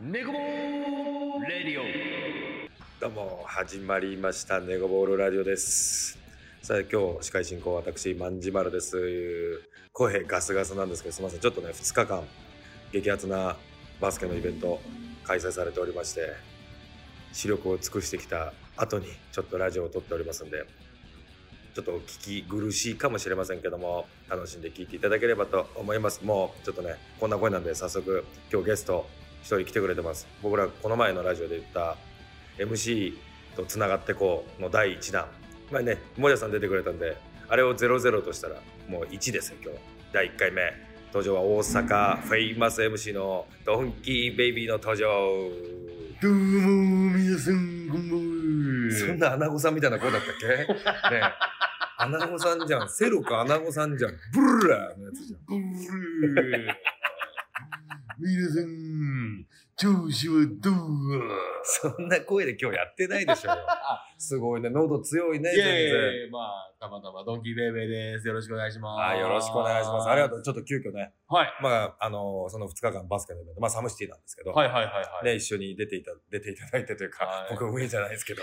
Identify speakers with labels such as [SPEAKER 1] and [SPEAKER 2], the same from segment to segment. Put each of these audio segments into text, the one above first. [SPEAKER 1] ネコボールレディオ
[SPEAKER 2] どうも始まりましたネゴボールラジオですさあ今日司会進行は私万事丸です声ガスガスなんですけどすみませんちょっとね2日間激アツなバスケのイベント開催されておりまして視力を尽くしてきた後にちょっとラジオを撮っておりますんでちょっとお聞き苦しいかもしれませんけども楽しんで聞いていただければと思いますもうちょっとねこんな声なんで早速今日ゲスト一人来てくれてます僕らこの前のラジオで言った MC とつながってこうの第1弾前ねもじゃさん出てくれたんであれを00としたらもう1ですよ今日第1回目登場は大阪フェイマス MC のドンキーベイビーの登場
[SPEAKER 1] どうも皆さんこんばん
[SPEAKER 2] そんなアナゴさんみたいな声だったっけ ねえアナゴさんじゃんセロかアナゴさんじゃんブルラーのやつじゃん
[SPEAKER 1] ブルー皆さん調子はどう
[SPEAKER 2] そんな声で今日やってないでしょうよすごいね喉強いね
[SPEAKER 3] いやい
[SPEAKER 2] 全
[SPEAKER 3] や
[SPEAKER 2] 然
[SPEAKER 3] いやまあ、たまたま、ドンキーベイベイです。よろしくお願いします。
[SPEAKER 2] あよろしくお願いしますありがと
[SPEAKER 3] う。
[SPEAKER 2] うちょっと急遽ね
[SPEAKER 3] はい。
[SPEAKER 2] まあ、あの、その2日間バスケのイベント、まあ、サムシティなんですけど、
[SPEAKER 3] はいはいはいはい。
[SPEAKER 2] ね、一緒に出ていた、出ていただいてというか、
[SPEAKER 3] はい
[SPEAKER 2] 僕は運営じゃないですけど、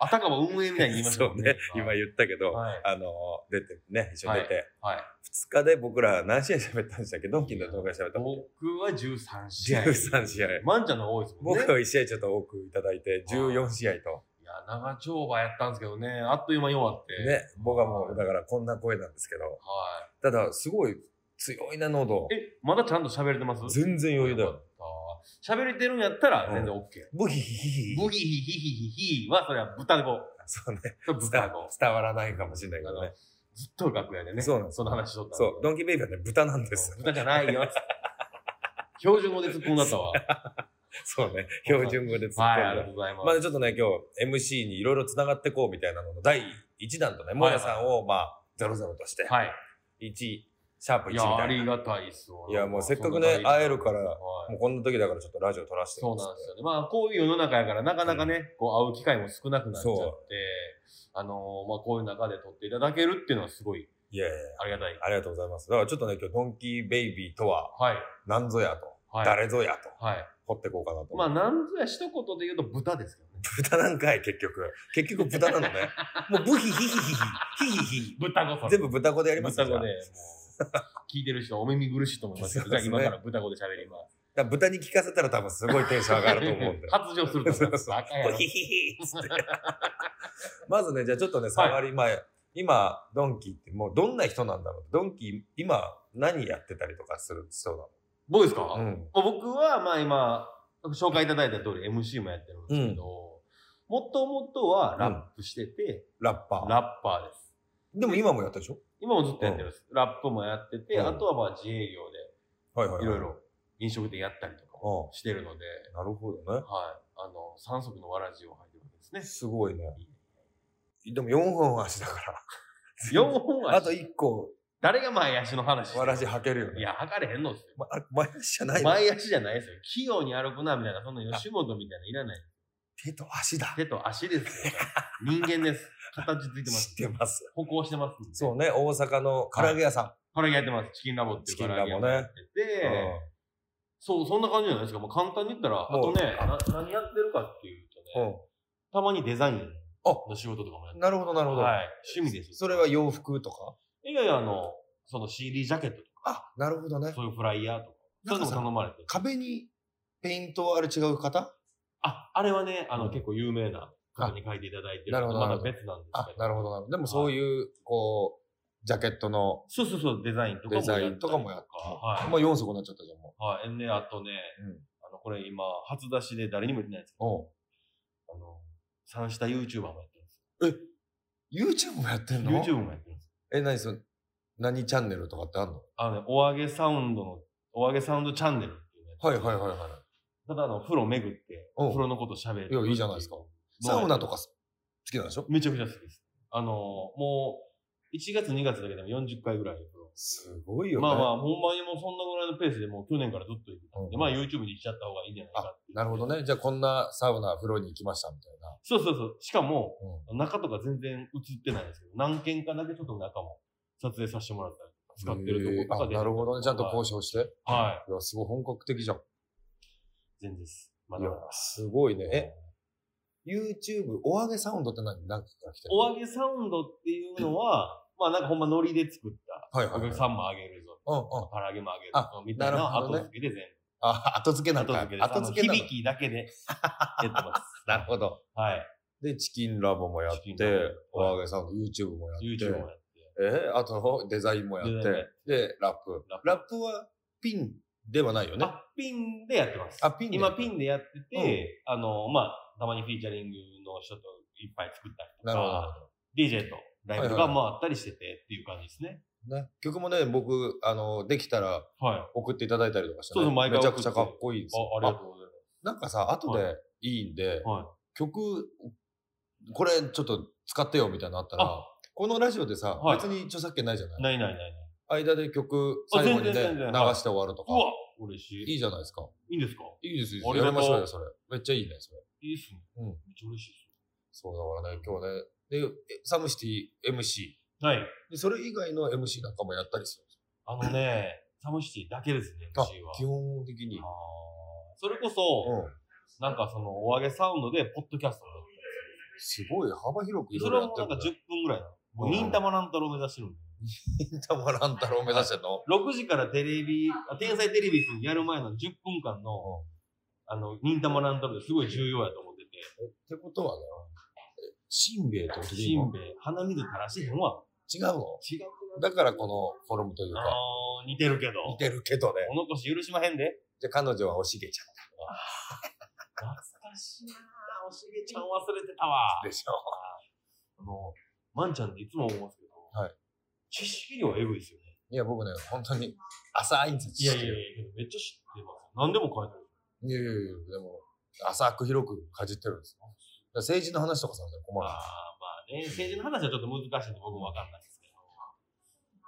[SPEAKER 3] あたかも運営みたい に言いました
[SPEAKER 2] そ
[SPEAKER 3] も
[SPEAKER 2] うん
[SPEAKER 3] ね
[SPEAKER 2] ね。、今言ったけど、
[SPEAKER 3] はい
[SPEAKER 2] あの、出て、ね、一緒に出て、
[SPEAKER 3] はい。
[SPEAKER 2] 2日で僕ら何試合喋ったんでしたっけドンキンの動画喋った
[SPEAKER 3] 僕は13試合。
[SPEAKER 2] 13試合。
[SPEAKER 3] マンちゃんの方が多いですもん
[SPEAKER 2] 僕
[SPEAKER 3] ね。
[SPEAKER 2] は1試合ちょっと多くいただいて、14試合と。
[SPEAKER 3] いや、長丁場やったんですけどね、あっという間に終わって。
[SPEAKER 2] ね、僕はもう、
[SPEAKER 3] は
[SPEAKER 2] だからこんな声なんですけど、
[SPEAKER 3] い。
[SPEAKER 2] ただ、すごい強いな、喉。
[SPEAKER 3] え、まだちゃんと喋れてます
[SPEAKER 2] 全然余裕だよ。
[SPEAKER 3] あー喋れてるんやったら全然 OK。
[SPEAKER 2] ブヒヒヒヒ。
[SPEAKER 3] ブギヒヒヒヒヒは、それは豚語。
[SPEAKER 2] そうね、
[SPEAKER 3] それは
[SPEAKER 2] 伝
[SPEAKER 3] 豚語。
[SPEAKER 2] 伝わらないかもしれないけどね。
[SPEAKER 3] ずっと楽屋でね、
[SPEAKER 2] そうなんです
[SPEAKER 3] その話しとった
[SPEAKER 2] そう、ドンキーベイビーはね、豚なんですよ。
[SPEAKER 3] 豚じゃないよ。標準語で突っ込んだったわ。
[SPEAKER 2] そうね、標準語で突っ
[SPEAKER 3] はい、あ
[SPEAKER 2] 込
[SPEAKER 3] りが
[SPEAKER 2] んで。
[SPEAKER 3] とうございます。
[SPEAKER 2] まあちょっとね、今日 MC にいろいろつながってこうみたいなのの第1弾とね、もやさんをまあ00として、
[SPEAKER 3] はい。
[SPEAKER 2] 1、シャープ1
[SPEAKER 3] い
[SPEAKER 2] み
[SPEAKER 3] や、あ
[SPEAKER 2] たい
[SPEAKER 3] り
[SPEAKER 2] な。
[SPEAKER 3] がたいっすわ。
[SPEAKER 2] いやもうせっかく
[SPEAKER 3] そん
[SPEAKER 2] ね
[SPEAKER 3] な大事な
[SPEAKER 2] 会えるから
[SPEAKER 3] はい
[SPEAKER 2] もうこんな時だからちょっとラジオ撮らせて
[SPEAKER 3] そうなんですよね。まあ、こういう世の中やから、なかなかね、こう、会う機会も少なくなっちゃって
[SPEAKER 2] そう、
[SPEAKER 3] あのー、まあ、こういう中で撮っていただけるっていうのはすごい
[SPEAKER 2] いやいやいや
[SPEAKER 3] ありがたい。
[SPEAKER 2] ありがとうございます。だからちょっとね、今日ドンキーベイビーとは
[SPEAKER 3] はい。
[SPEAKER 2] 何ぞやと、
[SPEAKER 3] はい。
[SPEAKER 2] 誰ぞやと、
[SPEAKER 3] はい。
[SPEAKER 2] 掘ってこうかなと。
[SPEAKER 3] まあ、なんぞや一言で言うと豚ですけどね。
[SPEAKER 2] 豚なんかい、結局。結局豚なのね。もうブヒヒヒヒヒ、ヒヒヒ。
[SPEAKER 3] 豚こそ。
[SPEAKER 2] 全部豚子でやります
[SPEAKER 3] 豚語で、もう
[SPEAKER 2] じゃあ、
[SPEAKER 3] 聞いてる人お耳苦しいと思いますけど、じゃあ
[SPEAKER 2] そうですね
[SPEAKER 3] 今から豚語で喋ります。
[SPEAKER 2] だから豚に聞かせたら多分すごいテンション上がると思うんだよ。
[SPEAKER 3] 発情すると
[SPEAKER 2] そう
[SPEAKER 3] 思
[SPEAKER 2] そう
[SPEAKER 3] う
[SPEAKER 2] そ
[SPEAKER 3] バ
[SPEAKER 2] う
[SPEAKER 3] カやろ
[SPEAKER 2] ヒヒヒっ つって。まずね、じゃあちょっとね、触り前、今、ドンキーってもうどんな人なんだろうドンキー、今、何やってたりとかする人なの
[SPEAKER 3] 僕ですか、
[SPEAKER 2] うん。
[SPEAKER 3] 僕は、まあ今、紹介いただいた通り MC もやってるんですけど、もともとはラップしてて、
[SPEAKER 2] ラッパー。
[SPEAKER 3] ラッパーです。
[SPEAKER 2] でも今もやったでしょ
[SPEAKER 3] 今もずっとやってるんです。ラップもやってて、
[SPEAKER 2] うん
[SPEAKER 3] あとはまあ自営業
[SPEAKER 2] はいはいは
[SPEAKER 3] でいろいろ飲食店やったりとかもしてるので、
[SPEAKER 2] なるほどね。
[SPEAKER 3] はい。あの、三足のわらじを履いてるわけですね。
[SPEAKER 2] すごいね。でも4本足だ から。
[SPEAKER 3] 4本
[SPEAKER 2] あと
[SPEAKER 3] 足。
[SPEAKER 2] 1個、
[SPEAKER 3] 誰が前足の話して
[SPEAKER 2] わ
[SPEAKER 3] る
[SPEAKER 2] らじ履けるよ
[SPEAKER 3] い
[SPEAKER 2] ね。
[SPEAKER 3] や、履かれへんのっすよ。
[SPEAKER 2] ま、あれ前足じゃないの
[SPEAKER 3] 前足じゃないですよ。器用に歩くな、みたいな、そんな吉本みたいなのいらない。
[SPEAKER 2] 手と足だ。
[SPEAKER 3] 手と足ですよ。 人間です。形ついてま
[SPEAKER 2] 知
[SPEAKER 3] す
[SPEAKER 2] っ。てます。
[SPEAKER 3] 歩行してますんで。
[SPEAKER 2] そうね、大阪の唐揚げ屋さ
[SPEAKER 3] 唐揚げやってます。チキンラボっていう唐揚げ
[SPEAKER 2] チキ
[SPEAKER 3] 屋
[SPEAKER 2] ンラボね
[SPEAKER 3] やって
[SPEAKER 2] ん。
[SPEAKER 3] て、そう、そんな感じじゃないですか。もう簡単に言ったら、あ
[SPEAKER 2] も
[SPEAKER 3] と
[SPEAKER 2] う
[SPEAKER 3] ね、な何やってるかっていうと
[SPEAKER 2] う
[SPEAKER 3] ね、
[SPEAKER 2] ん。
[SPEAKER 3] たまにデザイン
[SPEAKER 2] あ
[SPEAKER 3] の仕事とかもやって
[SPEAKER 2] うん。
[SPEAKER 3] る
[SPEAKER 2] なるほど、なるほど。
[SPEAKER 3] はい。趣味です。
[SPEAKER 2] それは洋服とか
[SPEAKER 3] いやいや、あの、その CD ジャケットと
[SPEAKER 2] あ、なるほどね
[SPEAKER 3] か、。そういうフライヤーとか、
[SPEAKER 2] な
[SPEAKER 3] そうんいうの
[SPEAKER 2] かさ
[SPEAKER 3] も頼まれてる。
[SPEAKER 2] 壁にペイントあれ違う方
[SPEAKER 3] あ、あれはね、あ
[SPEAKER 2] う
[SPEAKER 3] の、
[SPEAKER 2] ん
[SPEAKER 3] 結構有名な方に書いていただいて
[SPEAKER 2] な
[SPEAKER 3] る
[SPEAKER 2] る
[SPEAKER 3] の
[SPEAKER 2] ほ
[SPEAKER 3] とまた
[SPEAKER 2] どなるほど
[SPEAKER 3] 別なんです
[SPEAKER 2] あ
[SPEAKER 3] け、ど。
[SPEAKER 2] なるほど、なるほど。でもそういう、こう、ジャケットの
[SPEAKER 3] そうそうそう、デザインとかもや
[SPEAKER 2] デ
[SPEAKER 3] った
[SPEAKER 2] ザ
[SPEAKER 3] り
[SPEAKER 2] インとかもやっ
[SPEAKER 3] はい
[SPEAKER 2] た。。もう4足になっちゃったじゃん、も
[SPEAKER 3] はい。ね、あとね、
[SPEAKER 2] うん
[SPEAKER 3] あの、これ今、初出しで誰にも言ってないんですけ
[SPEAKER 2] う。おう
[SPEAKER 3] ど、あの、参した YouTuber もやってるんです
[SPEAKER 2] YouTube もやってんの
[SPEAKER 3] よ。YouTube もやってるんですよ。
[SPEAKER 2] え、何その、何チャンネルとかってあんの
[SPEAKER 3] あのね、お揚げサウンドの、お揚げサウンドチャンネルっていうね。
[SPEAKER 2] はいはいはいはい。
[SPEAKER 3] ただ、あの、風呂巡って、
[SPEAKER 2] うん
[SPEAKER 3] お風呂のこと喋る。
[SPEAKER 2] いや、いいじゃないですか。サウナとか好きなんでしょ
[SPEAKER 3] めちゃくちゃ好きです。あの、もう、1月2月だけでも40回ぐらい風呂。
[SPEAKER 2] すごいよね。
[SPEAKER 3] まあまあ、ほんまにもうそんなぐらいのペースでもう去年からずっと行ってたんで、
[SPEAKER 2] うん
[SPEAKER 3] まあ YouTube に行っちゃった方がいいんじゃないかっていう
[SPEAKER 2] なるほどね。じゃあこんなサウナ、風呂に行きましたみたいな。
[SPEAKER 3] そうそうそう。しかも、
[SPEAKER 2] うん
[SPEAKER 3] 中とか全然映ってないんですけど、何件かだけちょっと中も撮影させてもらったり、使ってるところとか
[SPEAKER 2] へ
[SPEAKER 3] で。
[SPEAKER 2] ーあなるほどね。ちゃんと交渉して。
[SPEAKER 3] はい
[SPEAKER 2] や、すごい本格的じゃん。
[SPEAKER 3] い。全然です。ま
[SPEAKER 2] い
[SPEAKER 3] だ
[SPEAKER 2] や
[SPEAKER 3] まだ。
[SPEAKER 2] すごいね。え、YouTube、お揚げサウンドって何何から来てる
[SPEAKER 3] お揚げサウンドっていうのは、まあなんかほんまノリで作った。
[SPEAKER 2] はいはい
[SPEAKER 3] お
[SPEAKER 2] はい。
[SPEAKER 3] 客さんもあげるぞ。
[SPEAKER 2] うん
[SPEAKER 3] 唐
[SPEAKER 2] うん。
[SPEAKER 3] 揚げもあげる
[SPEAKER 2] あ
[SPEAKER 3] ぞ。みたいな
[SPEAKER 2] なるほ
[SPEAKER 3] 後
[SPEAKER 2] どね
[SPEAKER 3] 付けで全部。
[SPEAKER 2] あ、後付けなん
[SPEAKER 3] 後
[SPEAKER 2] か
[SPEAKER 3] 付け。です。
[SPEAKER 2] 後付
[SPEAKER 3] あ
[SPEAKER 2] けな
[SPEAKER 3] の
[SPEAKER 2] の
[SPEAKER 3] 響きだけでやってます。
[SPEAKER 2] なるほど。
[SPEAKER 3] はい。
[SPEAKER 2] で、チキンラボもやっ
[SPEAKER 3] チキ
[SPEAKER 2] て
[SPEAKER 3] ンラボ、
[SPEAKER 2] お揚げサウンド、YouTube もやって。
[SPEAKER 3] YouTube もやって。
[SPEAKER 2] えあと、デザインもやっ
[SPEAKER 3] デ
[SPEAKER 2] て
[SPEAKER 3] ザインもやっ。
[SPEAKER 2] で、ラップ
[SPEAKER 3] ラッ。プ
[SPEAKER 2] ラップはピンではないよね。
[SPEAKER 3] あ、ピンでやってます。
[SPEAKER 2] あピンでや
[SPEAKER 3] 今
[SPEAKER 2] ってる
[SPEAKER 3] ピンでやってて、あの、まあ、たまにフィーチャリングの人といっぱい作ったりと
[SPEAKER 2] なるほどなる
[SPEAKER 3] か、DJ とライブと
[SPEAKER 2] は
[SPEAKER 3] か
[SPEAKER 2] いはい
[SPEAKER 3] 回ったりしててっていう感じですね。
[SPEAKER 2] ね。曲もね、僕、あの、できたら
[SPEAKER 3] はい。
[SPEAKER 2] 送っていただいたりとかして
[SPEAKER 3] そう
[SPEAKER 2] ね、
[SPEAKER 3] そう毎回
[SPEAKER 2] めち
[SPEAKER 3] 送っ
[SPEAKER 2] ゃ
[SPEAKER 3] て
[SPEAKER 2] くちゃかっこいいですよ。
[SPEAKER 3] あ、ありがとうござい
[SPEAKER 2] なんかさ、後
[SPEAKER 3] は
[SPEAKER 2] でいいんで、
[SPEAKER 3] ます。はい。
[SPEAKER 2] 曲、これちょっと使ってよみたいになったら
[SPEAKER 3] あ、
[SPEAKER 2] このラジオでさ、
[SPEAKER 3] はい
[SPEAKER 2] 別に著作権ないじゃない
[SPEAKER 3] ないないないない。
[SPEAKER 2] 間で曲、
[SPEAKER 3] あ
[SPEAKER 2] 最後にね、
[SPEAKER 3] 全
[SPEAKER 2] 流
[SPEAKER 3] 然全然はい
[SPEAKER 2] して終わると
[SPEAKER 3] う
[SPEAKER 2] か、
[SPEAKER 3] わ嬉しい。
[SPEAKER 2] いいじゃないですか。
[SPEAKER 3] いいんですか
[SPEAKER 2] いいです、いいで
[SPEAKER 3] あり
[SPEAKER 2] す。
[SPEAKER 3] が
[SPEAKER 2] や
[SPEAKER 3] と
[SPEAKER 2] り
[SPEAKER 3] う
[SPEAKER 2] ましょうよ、それ。めっちゃいいね、それ。
[SPEAKER 3] いいっすね。
[SPEAKER 2] うん
[SPEAKER 3] めっちゃ嬉しいっ
[SPEAKER 2] そう、だからね、今日ね、で、えサムシティ MC。
[SPEAKER 3] す。はい。
[SPEAKER 2] で、それ以外の MC なんかもやったりするんです
[SPEAKER 3] あのね、 サムシティだけですね、MC
[SPEAKER 2] よ
[SPEAKER 3] は。
[SPEAKER 2] あ、基本的に
[SPEAKER 3] あー。それこそ、
[SPEAKER 2] うん。
[SPEAKER 3] なんかその、お揚げサウンドで、ポッドキャストをやって
[SPEAKER 2] すごい幅広くい
[SPEAKER 3] るそ
[SPEAKER 2] ろい
[SPEAKER 3] れ
[SPEAKER 2] ろ
[SPEAKER 3] は
[SPEAKER 2] や
[SPEAKER 3] もうなんか
[SPEAKER 2] ってるんだ
[SPEAKER 3] 10
[SPEAKER 2] よ。
[SPEAKER 3] 分ぐらいなの。もう忍たま乱太郎目指してるんで。
[SPEAKER 2] 金玉乱太郎目指してんの
[SPEAKER 3] 6時からテレビ、あ天才テレビくんやる前の10分間の、あの、忍たま乱太郎ですごい重要やと思ってて、
[SPEAKER 2] ってことはね、えしんべヱってことでいい
[SPEAKER 3] しん
[SPEAKER 2] の
[SPEAKER 3] べヱ、鼻水垂らしてへんわ。
[SPEAKER 2] 違うの
[SPEAKER 3] 違うくない
[SPEAKER 2] だからこのフォルムという
[SPEAKER 3] あ
[SPEAKER 2] か、
[SPEAKER 3] のー、似てるけど、
[SPEAKER 2] 似てるけどね。
[SPEAKER 3] お残し許しまへんで。
[SPEAKER 2] じゃあ彼女はおしげち
[SPEAKER 3] 懐かしいなぁ。おしげちゃん忘れてたわ
[SPEAKER 2] ゃん。でしょ。
[SPEAKER 3] あの、まんちゃんっていつも思うんですけど、
[SPEAKER 2] はい
[SPEAKER 3] 知識量エグいですよね。
[SPEAKER 2] いや、僕ね、本当に浅いんですよ知
[SPEAKER 3] いやい
[SPEAKER 2] 識
[SPEAKER 3] やいや、めっちゃ知ってます。何でも書いてる。
[SPEAKER 2] いやいやいや、でも、浅く広くかじってるんですよ。だから政治の話とかさ、困
[SPEAKER 3] まあ
[SPEAKER 2] る。
[SPEAKER 3] まあね、政治の話はちょっと難しいんで僕もわかんないですけど、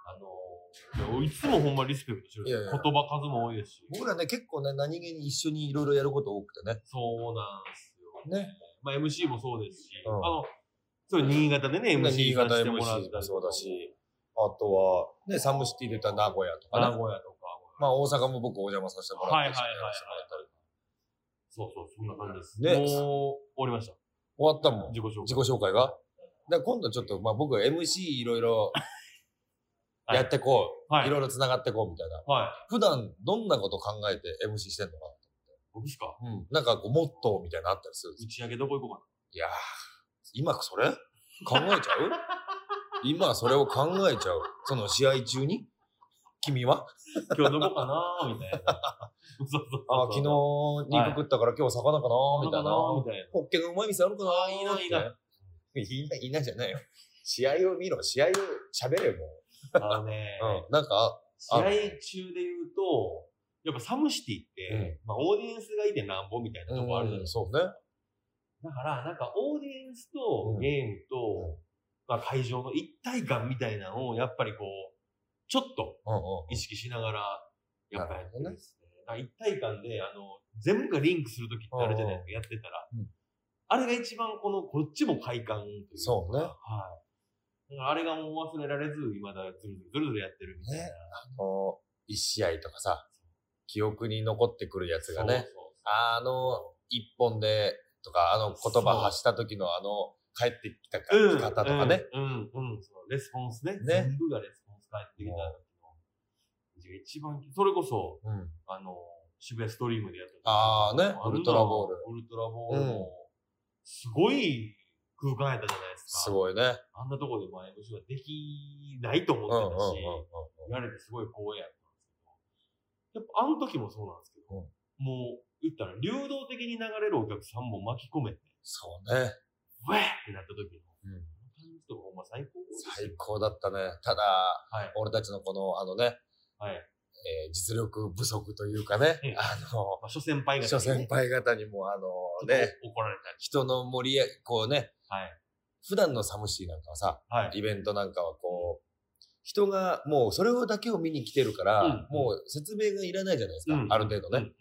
[SPEAKER 3] あの、いやいつもほんまリスペクトしてるんですよ
[SPEAKER 2] いやいや
[SPEAKER 3] 言葉数も多いですし。
[SPEAKER 2] 僕らね、結構ね、何気に一緒にいろいろやること多くてね。
[SPEAKER 3] そうなんですよ。
[SPEAKER 2] ね。
[SPEAKER 3] まあ MC もそうですし、
[SPEAKER 2] うん
[SPEAKER 3] あの、そう、新潟でね、MC
[SPEAKER 2] 新
[SPEAKER 3] さ
[SPEAKER 2] 潟
[SPEAKER 3] せてもらったり
[SPEAKER 2] MC
[SPEAKER 3] とか
[SPEAKER 2] もそうだし、あとは、ね、サムシティで言ったら名古屋とか
[SPEAKER 3] 名
[SPEAKER 2] ね、
[SPEAKER 3] 古屋とかも。
[SPEAKER 2] まあ大阪も僕お邪魔させても
[SPEAKER 3] はいはい
[SPEAKER 2] ら
[SPEAKER 3] はい
[SPEAKER 2] ったりして、
[SPEAKER 3] はい
[SPEAKER 2] やらせてもらったり。
[SPEAKER 3] そうそう、そんな感じです。
[SPEAKER 2] ね
[SPEAKER 3] もう、終わりました。
[SPEAKER 2] 終わったもん、
[SPEAKER 3] 自己紹介。
[SPEAKER 2] 自己紹介が。だから今度ちょっと、まあ僕 MC いろいろ
[SPEAKER 3] はい
[SPEAKER 2] やってこう、
[SPEAKER 3] はい
[SPEAKER 2] いろいろ繋がってこうみたいな。
[SPEAKER 3] はい。
[SPEAKER 2] 普段どんなこと考えて MC してんのか
[SPEAKER 3] 僕ですか
[SPEAKER 2] な。うん。なんかこう、モットーみたいなのあったりするんです
[SPEAKER 3] 打ち上げどこ行こ
[SPEAKER 2] いやー、今それ考 えちゃう今それを考えちゃう。その試合中に君は
[SPEAKER 3] うかな。今日どこかなみたいな。 そうそうそう
[SPEAKER 2] あー、昨日肉食ったから今日魚かなーみたいな。
[SPEAKER 3] どこかなみたいな。
[SPEAKER 2] ホッケのうまい店あるかな
[SPEAKER 3] あーいいないいな
[SPEAKER 2] っていない、いないじゃないよ。試合を見ろ、試合を喋れも
[SPEAKER 3] あのね、
[SPEAKER 2] う。うん。なんか、
[SPEAKER 3] 試合中で言うと、やっぱサムシティって、まあオーディエンスがいてなんぼみたいなとこあるじゃないです
[SPEAKER 2] そうね。
[SPEAKER 3] か。だから、なんかオーディエンスと
[SPEAKER 2] うん
[SPEAKER 3] ゲーム
[SPEAKER 2] う
[SPEAKER 3] と、まあ会場の一体感みたいなのを、やっぱりこう、ちょっと
[SPEAKER 2] うんうん。
[SPEAKER 3] 意識しながら、やっぱやってる
[SPEAKER 2] な
[SPEAKER 3] ん
[SPEAKER 2] る
[SPEAKER 3] ですね。だから一体感で、あの、全部がリンクするときってあるじゃないですか、やってたら
[SPEAKER 2] うん。
[SPEAKER 3] あれが一番この、こっちも快感というか
[SPEAKER 2] そうね
[SPEAKER 3] はい。だからあれがもう忘れられず、未だずるずるずるずるやってるみたいな
[SPEAKER 2] ね。あの、一試合とかさ、記憶に残ってくるやつがね、
[SPEAKER 3] そうそう
[SPEAKER 2] あの、一本で、とか、あの言葉発した時のあの、帰ってきた
[SPEAKER 3] う
[SPEAKER 2] 方とかね。。
[SPEAKER 3] うん、うん、うんそうレスポンスね。
[SPEAKER 2] ね
[SPEAKER 3] 全部がレスポンス返ってきた時の。一番、それこそ、
[SPEAKER 2] うん。
[SPEAKER 3] あの、渋谷ストリームでやった時
[SPEAKER 2] あーね
[SPEAKER 3] の
[SPEAKER 2] ウルトラボール
[SPEAKER 3] ウルトラボールも、すごい空間やったじゃないですか。
[SPEAKER 2] すごいね。
[SPEAKER 3] あんなとこで前 MC はできないと思
[SPEAKER 2] うんうんうん
[SPEAKER 3] って
[SPEAKER 2] う
[SPEAKER 3] たし、や
[SPEAKER 2] ん
[SPEAKER 3] れてすごい光栄やったんですけど、やっぱあの時もそうなんですけど、
[SPEAKER 2] うん
[SPEAKER 3] もう、言ったら流動的に流れるお客さんも巻き込めて、
[SPEAKER 2] そうね。
[SPEAKER 3] ウェーってなった時の、
[SPEAKER 2] うん
[SPEAKER 3] 感じとかほんま最高ですよ
[SPEAKER 2] 最高だったね。ただ、
[SPEAKER 3] はい
[SPEAKER 2] 俺たちのこの、あのね、
[SPEAKER 3] はい
[SPEAKER 2] えー実力不足というかね
[SPEAKER 3] うん、
[SPEAKER 2] あ の、
[SPEAKER 3] まあ、諸先輩が、
[SPEAKER 2] 諸先輩方にも、あのね、
[SPEAKER 3] 怒られたり。
[SPEAKER 2] 人の盛り上げ、こうね、
[SPEAKER 3] はい。
[SPEAKER 2] 普段のサムシーなんかはさ、
[SPEAKER 3] はい。
[SPEAKER 2] イベントなんかはこう、人がもうそれをだけを見に来てるから、
[SPEAKER 3] うん
[SPEAKER 2] もう説明がいらないじゃないですか、
[SPEAKER 3] うん
[SPEAKER 2] ある程度ね。
[SPEAKER 3] うん